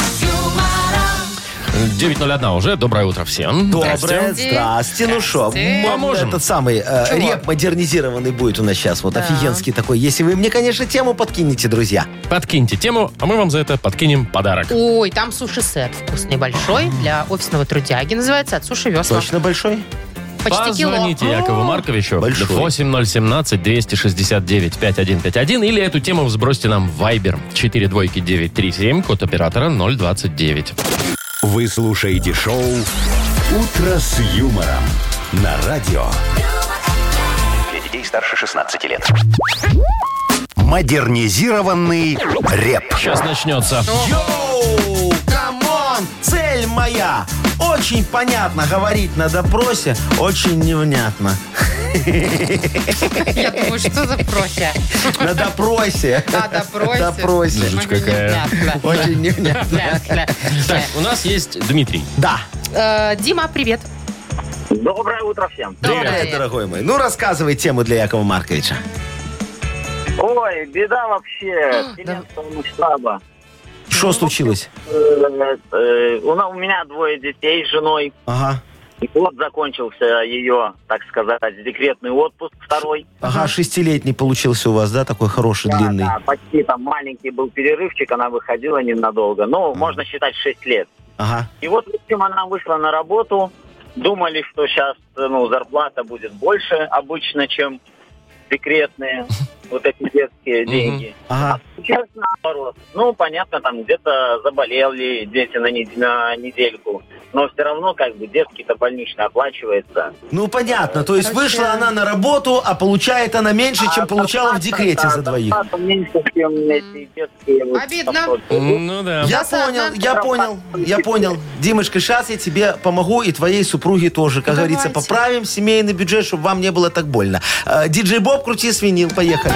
9.01 уже. Доброе утро всем.
Доброе,
Здрасте.
здрасте, ну что,
Здрасте.
Поможем.
Этот самый э,
Чего?
реп модернизированный будет у нас сейчас, вот
Да.
офигенский такой. Если вы мне, конечно, тему подкинете, друзья.
Подкиньте тему, а мы вам за это подкинем подарок.
Ой, там суши-сет вкусный, большой, для офисного трудяги, называется, от суши весла.
Точно большой?
Почти кило.
Позвоните Якову Марковичу.
Большой.
8017-269-5151 или эту тему сбросьте нам в Viber. 4 двойки 937, код оператора 029.
Вы слушаете шоу «Утро с юмором» на радио
Для детей старше 16 лет.
«Модернизированный реп».
Ну,
Сейчас начнется.
Йоу, камон, Там цель моя. Очень понятно говорить на допросе, очень невнятно.
Я думаю, что за проще?
На допросе.
На допросе.
Допросе.
Ой,
какая.
невнятно.
Очень невнятно.
Бля,
Так, у нас есть Дмитрий.
Да.
бля. Э, Дима, привет.
Доброе утро всем.
Привет, дорогой мой. Ну, рассказывай тему для Якова Марковича.
Ой, беда вообще.
А, да.
Вселенского штаба.
Что случилось?
Э, э, У на- у меня двое детей с женой.
Ага.
И вот закончился ее, так сказать, декретный отпуск второй.
Ага, шестилетний получился у вас, да, такой хороший,
Да,
длинный.
да, А почти там маленький был перерывчик, она выходила ненадолго. Ну, можно считать 6 лет.
Ага.
И вот, в общем, она вышла на работу, думали, что сейчас ну, зарплата будет больше обычно, чем декретные вот эти детские деньги.
Ага.
Сейчас наоборот. Ну, понятно, там где-то заболели дети на, не- на недельку. Но все равно, как бы, детский-то больничный оплачивается.
Ну, понятно. То есть
Короче,
вышла она на работу, а получает она меньше, чем
А
получала в
зарплата,
декрете
да,
за двоих.
зарплата меньше, чем эти детские. вот
Обидно.
пособия.
Ну да.
Я
Зарплата
понял,
одна,
я
зарплата
понял,
другая.
я понял. Димочка, сейчас я тебе помогу и твоей супруге тоже. Как говорится,
Давайте.
поправим семейный бюджет, чтобы вам не было так больно. Э, Диджей Боб, крути свинил, поехали.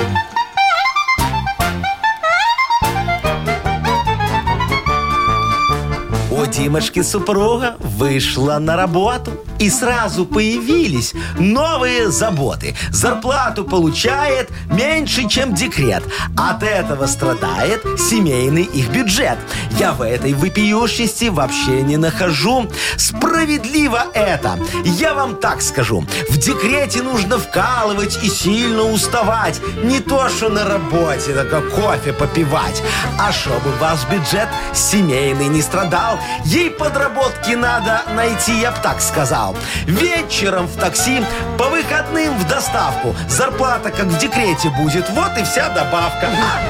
У Димочки супруга вышла на работу, и сразу появились новые заботы. Зарплату получает меньше, чем декрет. От этого страдает семейный их бюджет. Я в этой вопиющести вообще не нахожу. Справедливо это. Я вам так скажу. В декрете нужно вкалывать и сильно уставать. Не то, что на работе, так как кофе попивать. А чтобы ваш бюджет семейный не страдал, ей подработки надо найти, я б так сказал. Вечером в такси, по выходным в доставку. Зарплата как в декрете будет, вот и вся добавка. А,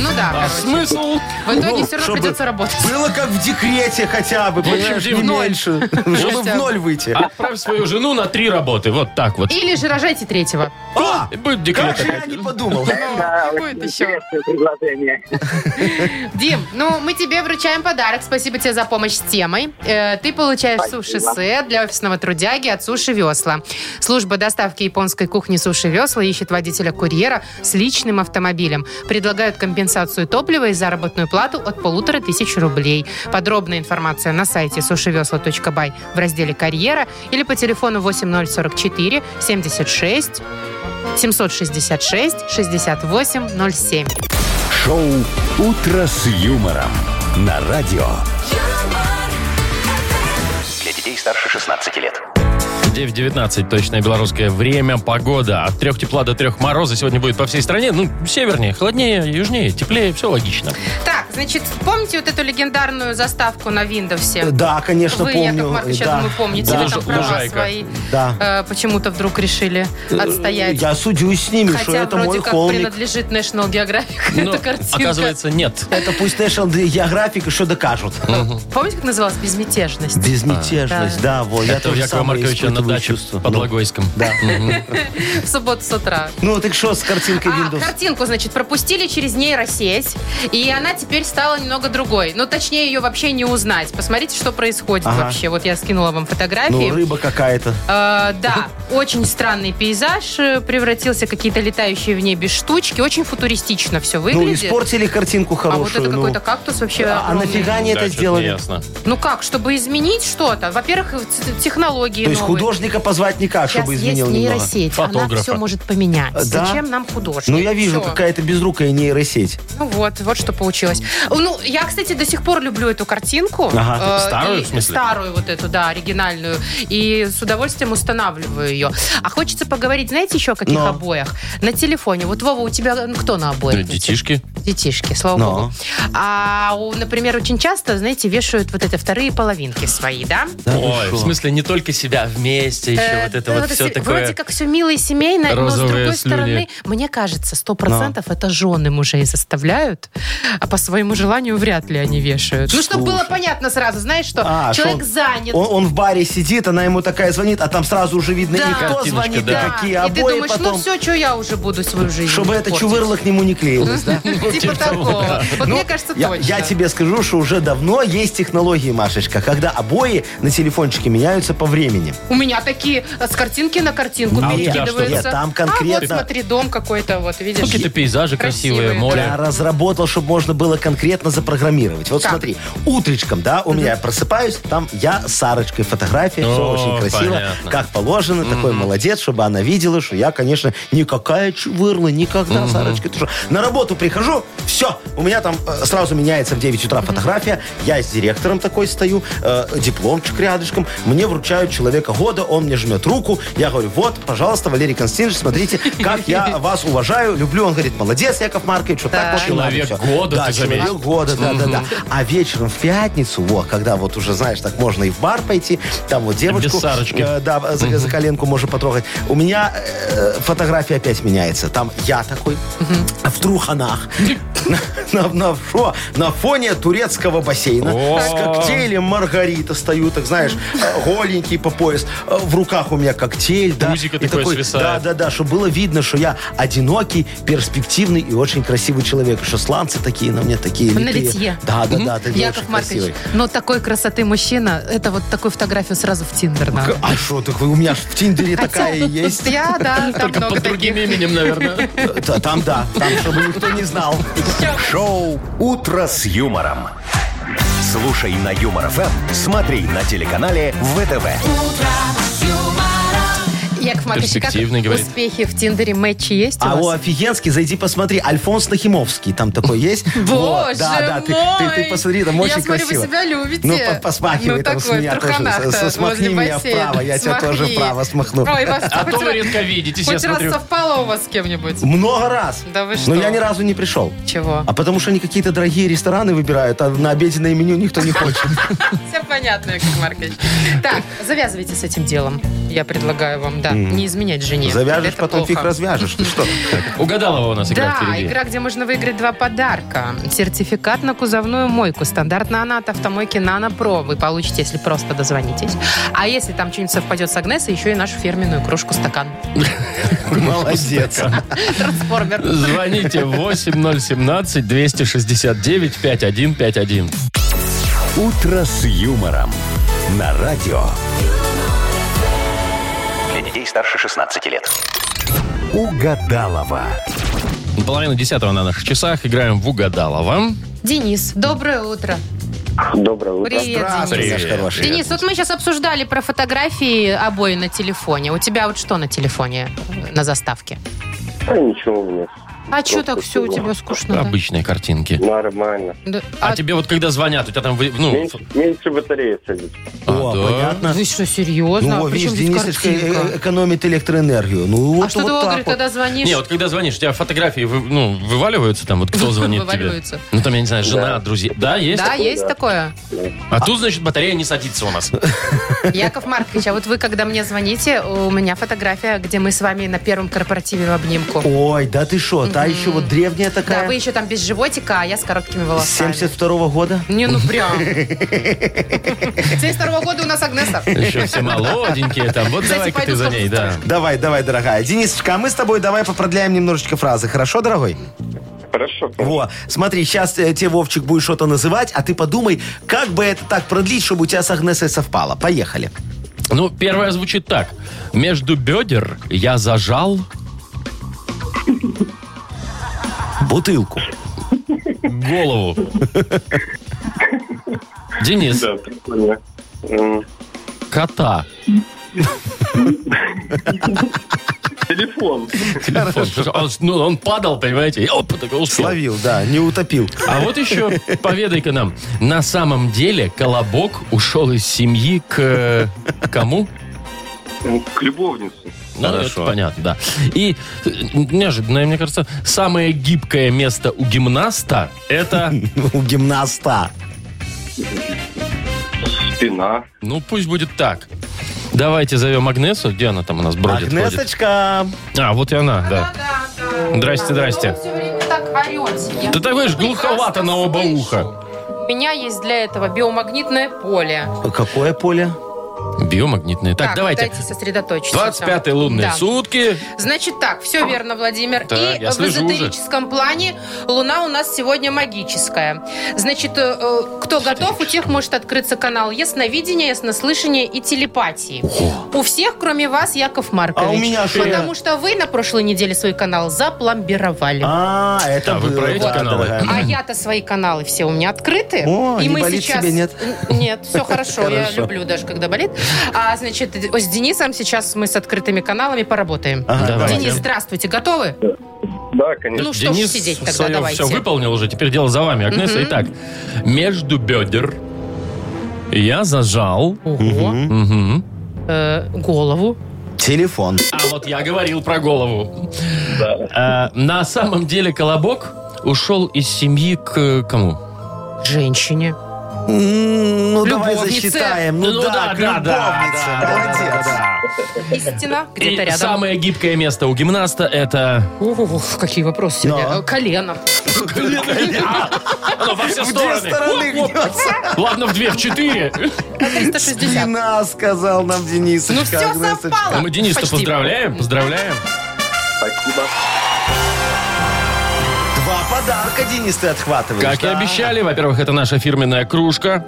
Ну да,
А
короче.
смысл?
В итоге все равно
Чтобы
придется работать.
Было как в декрете хотя бы, понимаешь,
Дим,
не
в ноль. А,
меньше. Чтобы в ноль выйти.
Отправь свою жену на три работы. Вот так вот.
Или же рожайте третьего.
А,
И Будет
как
декрет
же я
опять.
не подумал.
Да,
Не
очень
будет еще.
интересное предложение.
Дим, ну мы тебе вручаем подарок. Спасибо тебе за помощь с темой. Э, ты получаешь
Спасибо.
суши-сет для офисного трудяги от Суши Весла. Служба доставки японской кухни Суши Весла ищет водителя-курьера с личным автомобилем. Предлагают компенсацию топлива и заработную плату от полутора тысяч рублей. Подробная информация на сайте сушивесла.бай в разделе «Карьера» или по телефону 8044 76 766 6807.
Шоу «Утро с юмором» на радио.
Для детей старше 16 лет.
9.19, точное белорусское время, погода. От трех тепла до трех мороза сегодня будет по всей стране. Ну, севернее, холоднее, южнее, теплее, все логично.
Так, значит, помните вот эту легендарную заставку на
Э,
Windows?
Да, конечно,
Вы, Яков
помню.
Маркович, я
Да.
думаю, помните,
Да.
вы там права
Лужайка.
свои
Да. Э,
э, почему-то вдруг решили отстоять.
Я судюсь с ними, что
Хотя
это
вроде
мой
как
холмик.
принадлежит National Geographic
Но,
эта картинка.
Ну, оказывается, нет.
Это пусть National Geographic еще докажут.
Помните, как называлась «Безмятежность»?
Безмятежность, да, вот. Я
Это у
тоже
Якова
самое
Марковича на
испытываю
даче
чувство.
под
Ну.
Логойском.
В субботу с утра.
Ну, так что с картинкой
А,
Windows?
картинку, значит, пропустили через нейросеть, и она теперь стала немного другой. Ну, точнее, ее вообще не узнать. Посмотрите, что происходит
Ага.
вообще. Вот я скинула вам фотографии.
Ну, рыба какая-то.
Э, да, очень странный пейзаж э, превратился, какие-то летающие в небе штучки. Очень футуристично все
Ну,
выглядит.
испортили картинку
а вот это
хорошую. ну.
какой-то кактус вообще
А
огромный.
нафига они
Да,
это
чё-то не
сделали?
Ясно.
Ну как, чтобы изменить что-то? Во-первых, ц- технологии
То есть
новые.
художника позвать никак,
Сейчас
чтобы
есть
изменил немного.
нейросеть, она
Фотографа.
все может поменять.
Э, да?
Зачем нам художник?
Ну, я вижу,
Всё.
какая-то безрукая нейросеть.
Ну вот, вот что получилось. Ну, я, кстати, до сих пор люблю эту картинку.
Ага.
Э,
Старую,
и-
в смысле?
Старую вот эту, да, оригинальную. И с удовольствием устанавливаю ее. А хочется поговорить, знаете, еще о каких
Но.
обоях? На телефоне. Вот, Вова, у тебя ну, кто на обоях?
Да, Детишки.
Детишки, слава
Но.
богу. А, у, например, очень часто, знаете, вешают вот это вторые половинки свои, да?
Да ну вы
Ой,
шо?
в смысле, не только себя, вместе еще
Э,
вот это
ну,
вот все
се-
такое.
Вроде как все мило и семейно, но с
розовые
другой
слюни.
стороны, мне кажется, сто процентов это жены мужей заставляют а, по-своему своему желанию вряд ли они вешают. Ну, чтобы было
Слушай.
понятно сразу, знаешь, что
А, что
человек
он-
занят.
Он, он в баре сидит, она ему такая звонит, а там сразу уже видно,
Да.
и кто
Картиночка,
звонит,
да.
и какие
и ты
обои
думаешь,
потом.
ну все, что я уже буду свою жизнь
чтобы это
портить.
чувырло к нему не клеилось, да?
Типа такого. Вот мне кажется,
Я,
точно.
я тебе скажу, что уже давно есть технологии, Машечка, когда обои на телефончике меняются по времени.
У меня такие э, с картинки на картинку
А у тебя
перекидываются.
что? Нет, там
А вот
конкретно-
смотри, дом какой-то, вот
Ну,
видишь.
Какие-то пейзажи красивые,
Красивые,
море.
Я разработал, чтобы можно было конкретно запрограммировать. Вот
Как?
смотри, утречком, да, у меня я просыпаюсь, там я с Сарочкой фотография, все
О,
очень красиво,
понятно.
как положено, такой молодец, чтобы она видела, что я, конечно, никакая чувырла, никогда, Сарочка. ты что? На работу прихожу, все, у меня там э, сразу меняется в 9 утра фотография, я с директором такой стою, э, дипломчик рядышком, мне вручают человека года, он мне жмет руку, я говорю, вот, пожалуйста, Валерий Константинович, смотрите, как я вас уважаю, люблю. Он говорит, молодец, Яков Маркович, вот так
Так.
вот и надо
Человек
всё.
года,
Да,
ты
человек
заметил?
года, да, да, да. А вечером в пятницу, вот, когда вот уже, знаешь, так можно и в бар пойти, там вот девочку...
Без Сарочки.
э, да, за, за коленку можно потрогать. У меня э, фотография опять меняется. Там я такой, в труханах, на, на- на- шо? на фоне турецкого бассейна,
О.
с коктейлем Маргарита стою, так знаешь, э, голенький по пояс. Э, В руках у меня коктейль, да.
Пузико
и
такое свисает.
Да, да, да, чтобы было видно, что я одинокий, перспективный и очень красивый человек. И Что сланцы такие на мне такие.
На
литые.
литье.
Да, да, да. А ты
Яков
очень
Маркович,
красивый.
но такой красоты мужчина, это вот такую фотографию сразу в Тиндер надо.
А что, так вы у меня ж в Тиндере такая и есть.
Я, да, там
Только
много
под другим
таких.
именем, наверное.
Т- Там да, там, чтобы никто не знал.
Шоу «Утро с юмором». Слушай на Юмор ФМ, смотри на телеканале ВТВ.
Яков Маркович, как
Перспективный, говорит.
успехи в Тиндере, матчи есть у
А у
вас?
офигенский, зайди посмотри, Альфонс Нахимовский там такой есть. Вот,
Боже
да, да, ты-
мой!
ты- Ты посмотри, там
Я
очень
смотрю,
красиво.
вы себя любите.
Ну, по- посмахивай
Ну,
там с
такой, в
меня
труханах-то
тоже. С-
возле
Смахни меня
бассейна.
вправо, я тебя тоже
Смахни.
вправо смахну.
Ой, вас
А
хоть
то вы
раз-
редко видитесь, я
Хоть раз
смотрю.
совпало у вас с кем-нибудь?
Много раз.
Да вы что?
Но я ни разу не пришел.
Чего?
А потому что они какие-то дорогие рестораны выбирают, а на обеденное меню никто не хочет.
Все понятно, Яков Маркович. Так, завязывайте с этим делом. Я предлагаю вам, да, не изменять жене.
Завяжешь,
Это
потом фиг
плохо.
развяжешь. Ты что?
Угадалова у нас игра
Да,
впереди.
игра, где можно выиграть два подарка. Сертификат на кузовную мойку. Стандартно она от автомойки «Нано Про». Вы получите, если просто дозвонитесь. А если там что-нибудь совпадет с Агнесой, еще и нашу фирменную кружку-стакан.
Молодец.
Трансформер.
Звоните 8017-269-5151.
«Утро с юмором» на радио.
Для детей старше 16 лет.
Угадалова.
Половина десятого на наших часах. Играем в Угадалова.
Денис, доброе утро.
Доброе утро.
Привет,
Здравствуй,
Денис.
наш хороший.
Денис, вот мы сейчас обсуждали про фотографии обои на телефоне. У тебя вот что на телефоне э, на заставке?
Да ничего у меня.
А что
Просто
так все у
всего.
тебя скучно? да?
Обычные картинки.
Нормально.
Да,
А,
а-
тебе вот когда звонят, у тебя там... вы- Ну,
Меньше, меньше батареи садится.
О,
А, да?
понятно.
Вы что, серьезно?
Ну,
а
вот,
при чем
видишь,
здесь
Денисочка э,
картинка?
э, экономит электроэнергию. Ну, вот,
а что
вот
ты,
так
Игорь,
вот.
когда звонишь?
Не, вот когда звонишь, у тебя фотографии вы- ну, вываливаются там, вот кто звонит тебе?
Вываливаются.
Ну, там, я не знаю, жена,
Да.
друзья. Да, есть?
да, есть
да.
такое.
А тут, значит, батарея не садится у нас.
Яков Маркович, а вот вы, когда мне звоните, у меня фотография, где мы с вами на первом корпоративе в обнимку.
Ой, да ты что, та еще вот древняя
Да, вы
такая.
еще там без животика, а я с короткими
С
волосами.
72 года.
Не, ну прям. 72 года у нас Агнеса.
Еще все молоденькие там. Вот
Кстати,
давай-ка ты
пойду
за ней, да.
Давай, давай, дорогая. Денисочка, а мы с тобой давай попродляем немножечко фразы, хорошо, дорогой?
Хорошо.
Во, смотри, сейчас э, тебе, Вовчик, будет что-то называть, а ты подумай, как бы это так продлить, чтобы у тебя с Агнесой совпало. Поехали.
Ну, первое звучит так. Между бедер я зажал
Бутылку.
голову. Денис,
Да, прикольно. М,
кота.
Телефон.
Телефон. Он, ну, он падал, понимаете, и опа, такой успел.
Словил, да, не утопил.
А вот еще поведай-ка нам. На самом деле Колобок ушел из семьи к э, кому?
М, К любовнице.
Ну,
Хорошо.
это понятно, да. И э, неожиданное, мне кажется, самое гибкое место у гимнаста это,
У гимнаста.
Спина.
ну пусть будет так. Давайте зовем Агнесу. Где она там у нас бродит? ходит?
Агнесочка.
А, вот и она, да. Здрасте, здрасте.
Все время так орете? Я
Да так вы ж
прекрасно
глуховато на оба
слышу.
уха.
У меня есть для этого биомагнитное поле.
Какое поле?
Биомагнитные. Так, давайте.
Дайте сосредоточиться.
25-е лунные
Да.
сутки.
Значит так, все верно, Владимир.
Так,
И
я
в
слежу уже.
эзотерическом плане Луна у нас сегодня магическая. Значит, э, э, кто готов, у тех может открыться канал ясновидения, яснослышания и телепатии. У всех, кроме вас, Яков Маркович.
А у меня что я-
Потому что вы на прошлой неделе свой канал запломбировали. А,
А, это
А, вы
было,
про эти
да,
каналы?
дорогая.
я-то свои каналы все у меня открыты.
О,
и
не
мы
болит
сейчас...
тебе, нет?
Н- Нет, все хорошо. Я
Хорошо.
люблю даже, когда болит. А, значит, с Денисом сейчас мы с открытыми каналами поработаем.
Ага,
Давайте.
Денис, здравствуйте, готовы?
Да, конечно.
Ну что ж
Э, Денис
сидеть тогда,
свое
давайте.
все выполнил уже, теперь дело за вами, Агнеса. Итак, между бедер я зажал...
Ого.
Мгм.
Э, голову.
Телефон.
А вот я говорил про голову. Э, на самом деле Колобок ушел из семьи к э, кому?
Женщине.
М, Ну, давай
Любовнице.
засчитаем. Ну, да, к любовнице. Молодец.
Истина где-то
И
рядом.
самое гибкое место у гимнаста это...
Ух, какие вопросы сегодня.
Да.
Э, Колено.
Оно во все
В две стороны гнется.
Ладно, в две, в четыре.
360.
Спина, сказал нам Денис.
Ну все совпало.
А мы Дениса
Почти.
поздравляем, поздравляем.
Спасибо.
Два подарка, Денис, ты отхватываешь.
Как и
да?
обещали, во-первых, это наша фирменная кружка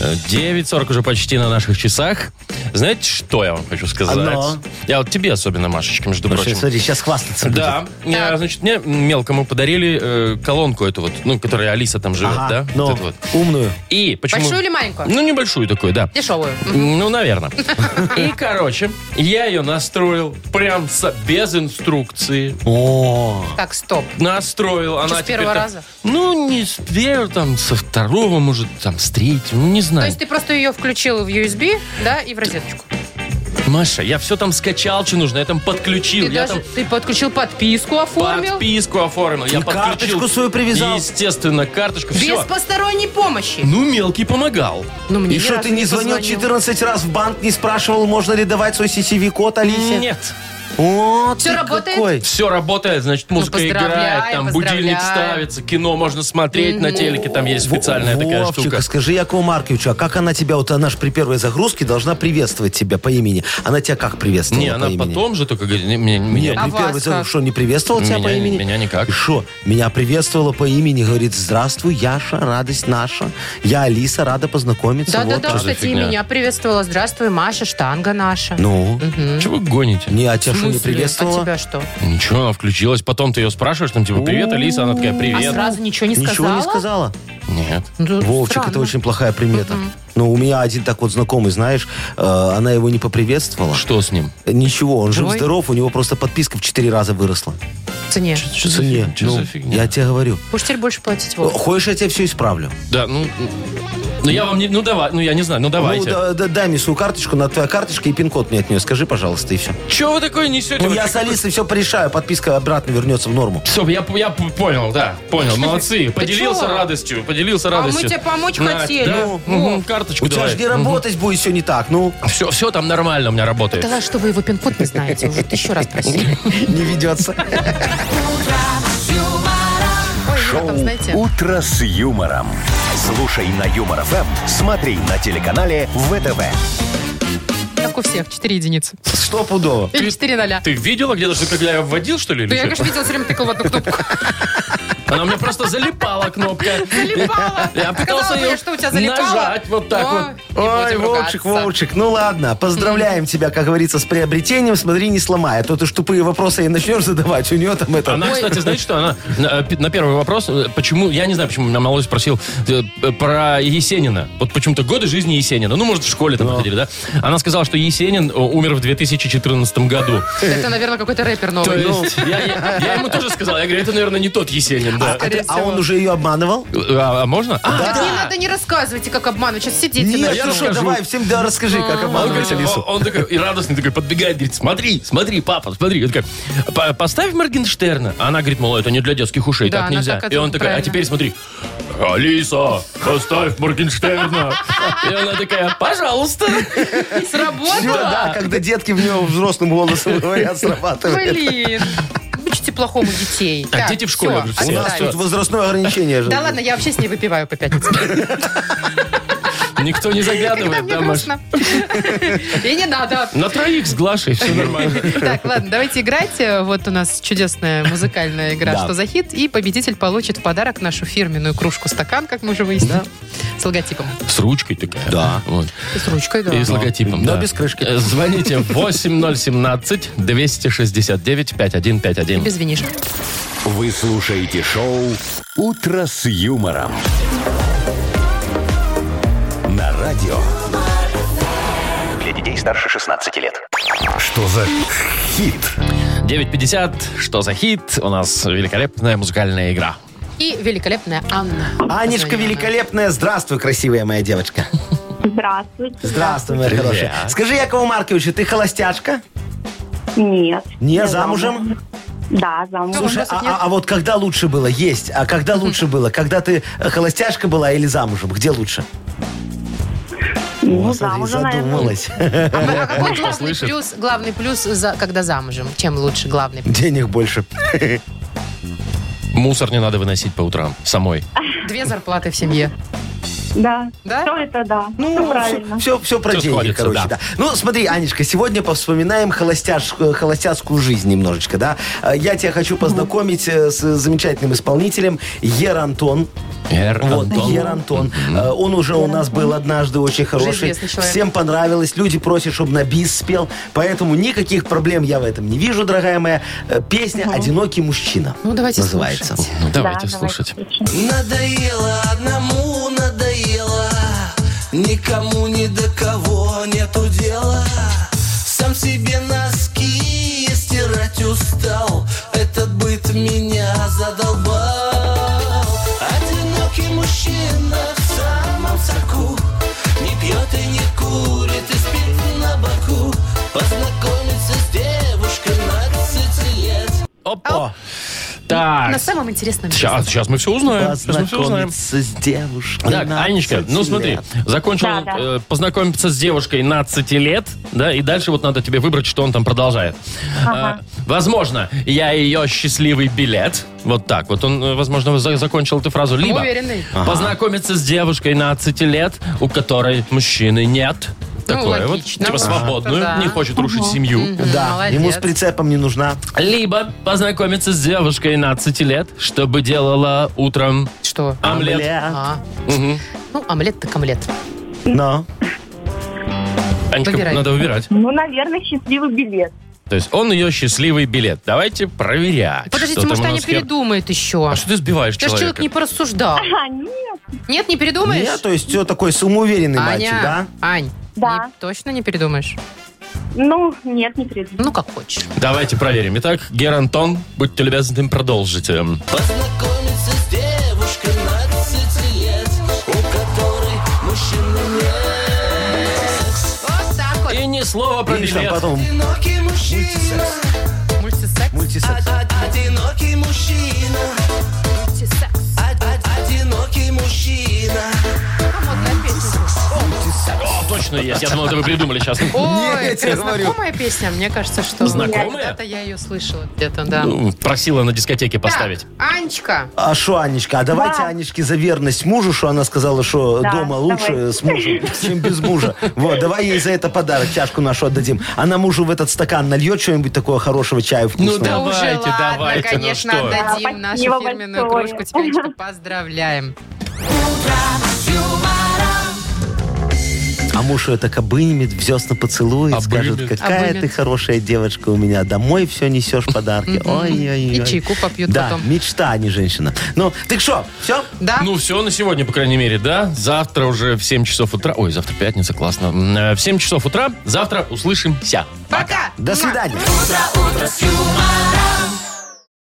9.40 уже почти на наших часах. Знаете, что я вам хочу сказать?
Оно.
Я вот тебе особенно, Машечка, между
Слушай,
прочим.
Смотри, сейчас хвастаться будет.
Да, Я, значит, мне мелкому подарили э, колонку эту вот, ну, которая Алиса там живет,
Ага,
да?
ну,
Вот эту вот.
умную.
И почему...
Большую или маленькую?
Ну, небольшую такую, да.
Дешевую.
Ну, наверное. И, короче, я ее настроил прям со- без инструкции.
О,
Так, стоп.
Настроил. Она
с
теперь
первого
так-
раза?
Ну, не с первого, там, со второго, может, там, с третьего, ну, не знаю.
То есть ты просто ее включил в USB, да, и в розеточку.
Маша, я все там скачал, что нужно, я там подключил,
Ты,
я
даже,
там
ты подключил подписку, оформил.
подписку оформил, я
И
подключил.
карточку свою привязал.
Естественно, карточку,
Без
все.
посторонней помощи.
Ну, мелкий помогал.
Ну, мне
И
ни
что,
разу
ты не звонил
позвонил.
14 раз в банк, не спрашивал, можно ли давать свой CCV-код Алисе?
Нет.
О,
Всё
ты
работает?
какой.
Все работает, значит, музыка
поздравляем,
играет, там
поздравляем.
будильник ставится, кино можно смотреть на телеке, там есть специальная такая
Вовчик,
штука.
а скажи Якову Марковичу, а как она тебя, вот она же при первой загрузке должна приветствовать тебя по имени. Она тебя как приветствовала
Не,
по
она
имени?
потом же только говорит, не, меня,
Нет,
меня-
А
при
вас
первой
как?
загрузке, что, не приветствовала тебя по
Меня-
имени?
меня никак.
И Что? Меня приветствовала по имени, говорит, здравствуй, Яша, радость наша. Я Алиса, рада познакомиться.
Да, да,
Вот
да,
так.
за
кстати, и
фигня?
меня приветствовала. Здравствуй, Маша, штанга наша.
Ну,
Чего вы гоните?
не, а тебя
В
что, не
смысле?
приветствовала?
А тебя что?
Ничего, она включилась, потом ты ее спрашиваешь, там типа, привет, Алиса, она такая,
А
привет.
сразу ничего не
Ничего
сказала?
не сказала?
Нет.
Ну,
Вовчик, это
странно.
очень плохая примета. Но у меня один так вот знакомый, знаешь, э, она его не поприветствовала.
Что с ним?
Ничего, он
Ой.
жив-здоров, у него просто подписка в 4 раза выросла.
В цене.
Что за
Цене.
фигня? Чё за
Ну,
фигня?
Я тебе говорю.
Будешь теперь больше платить, Вов.
Хочешь, я тебе все исправлю?
Да, ну, ну я вам не, ну давай, ну я не знаю, ну давайте.
Ну, да- да- дай мне свою карточку, на твоя карточка и пин-код мне от нее. Скажи, пожалуйста, и все.
Чего вы такое несете?
Ну, я с Алисой все порешаю, подписка обратно вернется в норму.
Все, я, я п- понял, да, понял, молодцы. Поделился
чего?
радостью, поделился радостью.
А мы тебе помочь хотели.
да?
Ну,
Мгм,
вот.
Карточку
У тебя же не работать будет, все не так. Ну,
Все, все там нормально у меня работает.
Да ладно, что вы его пин-код не знаете. Уже тысячу раз просили.
не ведется.
Ой, я
Шоу
там, знаете...
«Утро с юмором». Слушай на Юмор ФМ, смотри на телеканале ВТВ.
Как у всех, 4 единицы.
Что пудово.
Или 4 ноля.
Ты видела где-то, что когда я вводил, что ли, или
Да я,
что?
конечно, видела все время тыкал в одну кнопку.
Она у меня просто залипала кнопка.
Залипала.
Я пытался
Сказала бы
ее
я, что у тебя залипало,
нажать вот так
но
вот.
не
Ой,
будем
Вовчик,
ругаться.
Вовчик, ну ладно, поздравляем тебя, как говорится, с приобретением, смотри, не сломай, а то ты ж тупые вопросы и начнешь задавать, у нее там это...
Она, кстати, знаете что? Она на, э, пи- на первый вопрос, э, почему, я не знаю, почему меня малой спросил э, э, про Есенина. Вот почему-то годы жизни Есенина. Ну, может, в школе там ходили, да? Она сказала, что Есенин э, умер в 2014 году.
Это, наверное, какой-то рэпер
То
новый.
есть, я, я- я ему тоже сказал, я говорю, это, наверное, не тот Есенин, да.
скорее
А
всего.
он уже ее обманывал?
А, а можно? А,
Так не надо, не рассказывайте, как обманывать. Сейчас сидите.
Нет,
я
ты что,
расскажу.
давай, всем да расскажи, как
Он,
обманывать
говорит,
Алису.
о- он такой и радостный такой подбегает, говорит, смотри, смотри, папа, смотри. Я такая, «П- поставь Моргенштерна. А Она говорит, мол, это не для детских ушей,
Да,
так
она
нельзя.
так это
и он такой, а
правильно.
теперь смотри, Алиса, поставь Моргенштерна. И она такая, пожалуйста.
Всё,
Сработало?
да, когда детки в него взрослым голосом говорят, срабатывает.
Блин. Учите плохому детей.
Так, дети в школе
всё,
обращаются.
У нас
отставить.
тут возрастное ограничение же.
Да ладно, я вообще с ней выпиваю по пятницам.
Никто не
Когда
заглядывает,
мне
да, Маш?
грустно. И не надо.
На троих с Глашей все нормально.
Так, ладно, давайте играть. Э, Вот у нас чудесная музыкальная игра
Да.
«Что за хит?» И победитель получит в подарок нашу фирменную кружку-стакан, как мы уже выяснили, с логотипом.
С ручкой такая.
Да.
Вот.
С ручкой, да.
И с логотипом,
Но
да.
без крышки.
Э, Звоните 8017-269-5151.
Без винишек.
Вы слушаете шоу «Утро с юмором». На радио.
Для детей старше 16 лет.
Что за хит?
9.50. Что за хит? У нас великолепная музыкальная игра.
И великолепная Анна.
Анечка
Позвонила.
великолепная, здравствуй, красивая моя девочка.
Здравствуйте.
Здравствуй, моя
Привет.
хорошая. Скажи, Якову Марковичу, ты холостячка?
Нет.
Не,
я
замужем?
Да, замужем.
Слушай, а,
вопросов нет?
а- а вот когда лучше было? Есть. А когда лучше было? Когда ты э, холостяшка была или замужем? Где лучше?
Ну,
О, смотри,
замужем, наверное.
задумалась.
А какой главный
слышит.
плюс, главный плюс, за- когда замужем? Чем лучше главный плюс?
Денег больше.
Мусор не надо выносить по утрам самой.
Две зарплаты в семье.
Да.
Да?
Все это да. Всё
Ну,
правильно.
все, все про
Всё
деньги,
сходится,
короче,
да.
да. Ну, смотри, Анечка, сегодня повспоминаем холостяжскую, холостяцкую жизнь немножечко, да. Э, Я тебя хочу познакомить э, с замечательным исполнителем Ер Антон.
Эр
Вот,
Антон.
Ер Антон. Э, Он уже у нас был однажды очень хороший.
известный человек.
Всем понравилось. Люди просят, чтобы на бис спел. Поэтому никаких проблем я в этом не вижу, дорогая моя. Э, Песня «Одинокий мужчина»
Ну, давайте
называется.
слушать.
Ну,
Да,
давайте слушать.
слушаем.
Надоело одному, надоело Никому ни до кого нету дела Сам себе носки стирать устал Этот быт меня задолбал Одинокий мужчина в самом соку Не пьет и не курит и спит на боку Познакомиться с девушкой на 20 лет
Опа. Так.
На самом интересном месте.
Сейчас, мы все узнаем. Сейчас мы все узнаем.
Познакомиться с девушкой.
Так,
на
Анечка,
20
ну смотри,
лет.
закончил
Да, да.
э, познакомиться с девушкой 15 лет, да, и дальше вот надо тебе выбрать, что он там продолжает.
Ага.
Э, возможно, я ее счастливый билет. Вот так. Вот он, э, возможно, за- закончил эту фразу. Либо
Уверенный.
познакомиться с девушкой 15 лет, у которой мужчины нет.
Ну,
Такое вот.
логично.
Типа
Ага.
свободную,
Да.
не хочет рушить семью.
Мгм,
Да,
молодец.
ему с прицепом не нужна.
Либо познакомиться с девушкой 15 лет, чтобы делала утром
Что?
омлет.
А.
Мгм.
Ну, омлет так
А
омлет.
Но.
Анечка,
Выбирай.
надо выбирать.
Ну, наверное, счастливый билет.
То есть он ее счастливый билет. Давайте проверять.
Подождите,
что там
может,
у нас
Аня
с кем.
передумает еще.
А что ты сбиваешь
Сейчас
человека?
человек не порассуждал.
А, нет.
Нет, не передумаешь?
Нет, то есть все такой самоуверенный мальчик,
Аня,
да?
Ань,
Да.
не- точно не передумаешь?
Ну, нет, не передумала.
Ну, как хочешь.
Давайте проверим. Итак, Герантон, будьте любезны, продолжите.
Познакомиться с девушкой на 20 лет, у которой мужчины нет.
Вот так вот.
И ни слова про
Видишь, там
билет.
потом
Одинокий мужчина,
Мультисекс.
мультисекс.
од- одинокий мужчина,
Мультисекс.
од- од- одинокий мужчина.
О, точно есть. Я думал, это вы придумали сейчас.
Ой,
я тебе
это
говорю.
знакомая песня, мне кажется, что...
Знакомая?
Когда-то я ее слышала где-то, да.
Ну, Просила на дискотеке поставить.
Так, Анечка,
А что, Анечка, а давайте Анечке за верность мужу, что она сказала, что
Да,
дома
давай.
лучше с мужем, чем без мужа. Вот, давай ей за это подарок, чашку нашу отдадим. Она мужу в этот стакан нальет что-нибудь такого хорошего чая вкусного.
Ну да. Давайте,
уже ладно,
давайте, ну
конечно,
что?
Да,
отдадим
спасибо
нашу фирменную
большое.
кружку. Тебя, Анечка, поздравляем.
А муж её так обнимет, вздесно поцелует,
Обнимет.
скажет, какая
Обнимет.
ты хорошая девочка у меня, домой все несешь подарки. Ой-ой-ой.
И чайку попьют
да,
потом.
мечта, а не женщина. Ну, так что, все?
Да?
Ну, все на сегодня, по крайней мере, да? Завтра уже в 7 часов утра. Ой, завтра пятница, классно. М, э, В 7 часов утра завтра услышимся.
Пока!
До свидания.
Утро, утро с юмором.